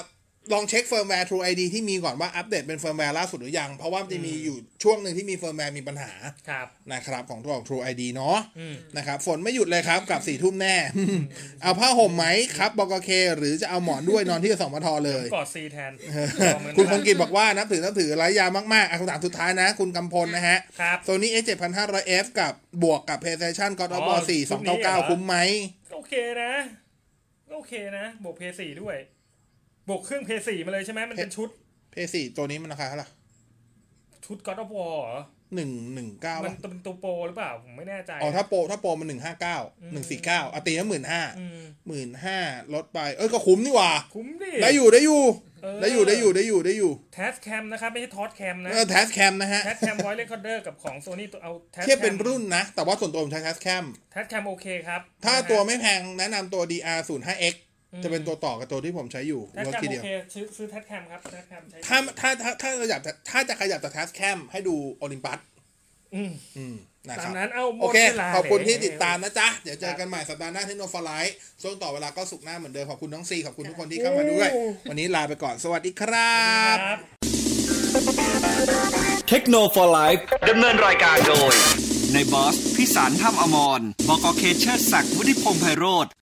S3: ลองเช็คเฟิร์มแวร์ True ID ที่มีก่อนว่าอัปเดตเป็นเฟิร์มแวร์ล่าสุดหรือยัง เพราะว่ามันจะมีอยู่ช่วงหนึ่งที่มีเฟิร์มแวร์มีปัญหา
S4: ครับ
S3: นะครับ ของตัวของ True ID เนาะ
S4: อืม
S3: นะครับฝนไม่หยุดเลยครับกลับสี่ทุ่ม แน่ เอาผ้าห่มไหมครับบกเค หรือจะเอาหมอนด้วยนอนที่สมทเลย
S4: กอดซีแทน
S3: คุณคงกิจบอกว่านับถือนับถือไร้ยามากๆอ่ะคำถามสุดท้ายนะ คุณกำพลนะฮะ
S4: ครับ
S3: โซนี่ A 7 5 0 0 F กับบวกกับ PlayStation God
S4: อ๋
S3: of
S4: อ
S3: War
S4: ชุดนี้เหรอ
S3: 4 299 คุ้มไหม
S4: โอเคนะโอเคนะบวกเพย์สี่ด้วย บวกเครื่องเพย์สี่มาเลยใช่ไหมมันเป็นชุด
S3: PS4 ตัวนี้มันราคาเท่าไหร่
S4: ชุดก็อดอวอร์
S3: หนึ่งหนึ่งเก้า
S4: มันเป็นตัวโปรหรือเปล่า ผมไม่แน่ใจ
S3: อ๋อถ้าโปรถ้าโปรมันหนึ่งห้าเก้าหนึ่งสี่เก้าอ่ะตีนั้นหมื่นห้า
S4: อืม
S3: หมื่นห้าลดไป เอ้ย ก็คุ้มนี่หว่า
S4: คุ้มดิ
S3: ได้อยู่ได้อยู่
S4: เ
S3: ได้อยู่ได้อยู่ได้อยู่ได้อยู่
S4: แทสแคมนะครับ ไม่ใช่ทอสแคมนะ
S3: เออแทสแคมนะฮะ
S4: แทสแคมไวเลคคอร์เดอร์กับของโซนี่ตัวเอาแทส
S3: เทียบเป็นรุ่นนะ แต่ว่าส่วนตัวผมใช้แทสแคม
S4: แทสแคมโอเคครับ
S3: ถ้าตัวไม่แพงแนะนำตัว DR 0 5 X จะเป็นตัวต่อกับตัวที่ผมใช้อยู่
S4: แทส
S3: เวิร์
S4: แค
S3: ก
S4: ม
S3: ที
S4: โอ
S3: เดียว
S4: เคซื้อซื้อแทสแคมครับแทสแคมใช้
S3: ถ้าถ้าถ้าถ้าขยับแต่ถ้าจะขยับแต่แทสแคมให้ดูโอลิมปัส
S4: อืม
S3: อืมนะค
S4: ตา
S3: รับ
S4: มนั้นเอาหมด
S3: โอเค
S4: เวลา
S3: ขอบคุณ
S4: แล้ว
S3: ที่ติดตามนะจ๊ะ เดี๋ยวเจอกันใหม่สัปดาห์หน้าเทคโนโลยีช่วงต่อเวลาก็สุกร์หน้าเหมือนเดิม ขอบคุณน้องซีขอบคุณทุกคนที่เข้ามาด้วย วันนี้ลาไปก่อนสวัสดีครับ
S4: ครับ
S1: เทคโนโลยี
S7: ดำเนินรายการโดย
S1: ในบอสพิสารถ้ำอมรบอกอเคเชอร์ศักดิ์วุฒิพงษ์ไพโรธ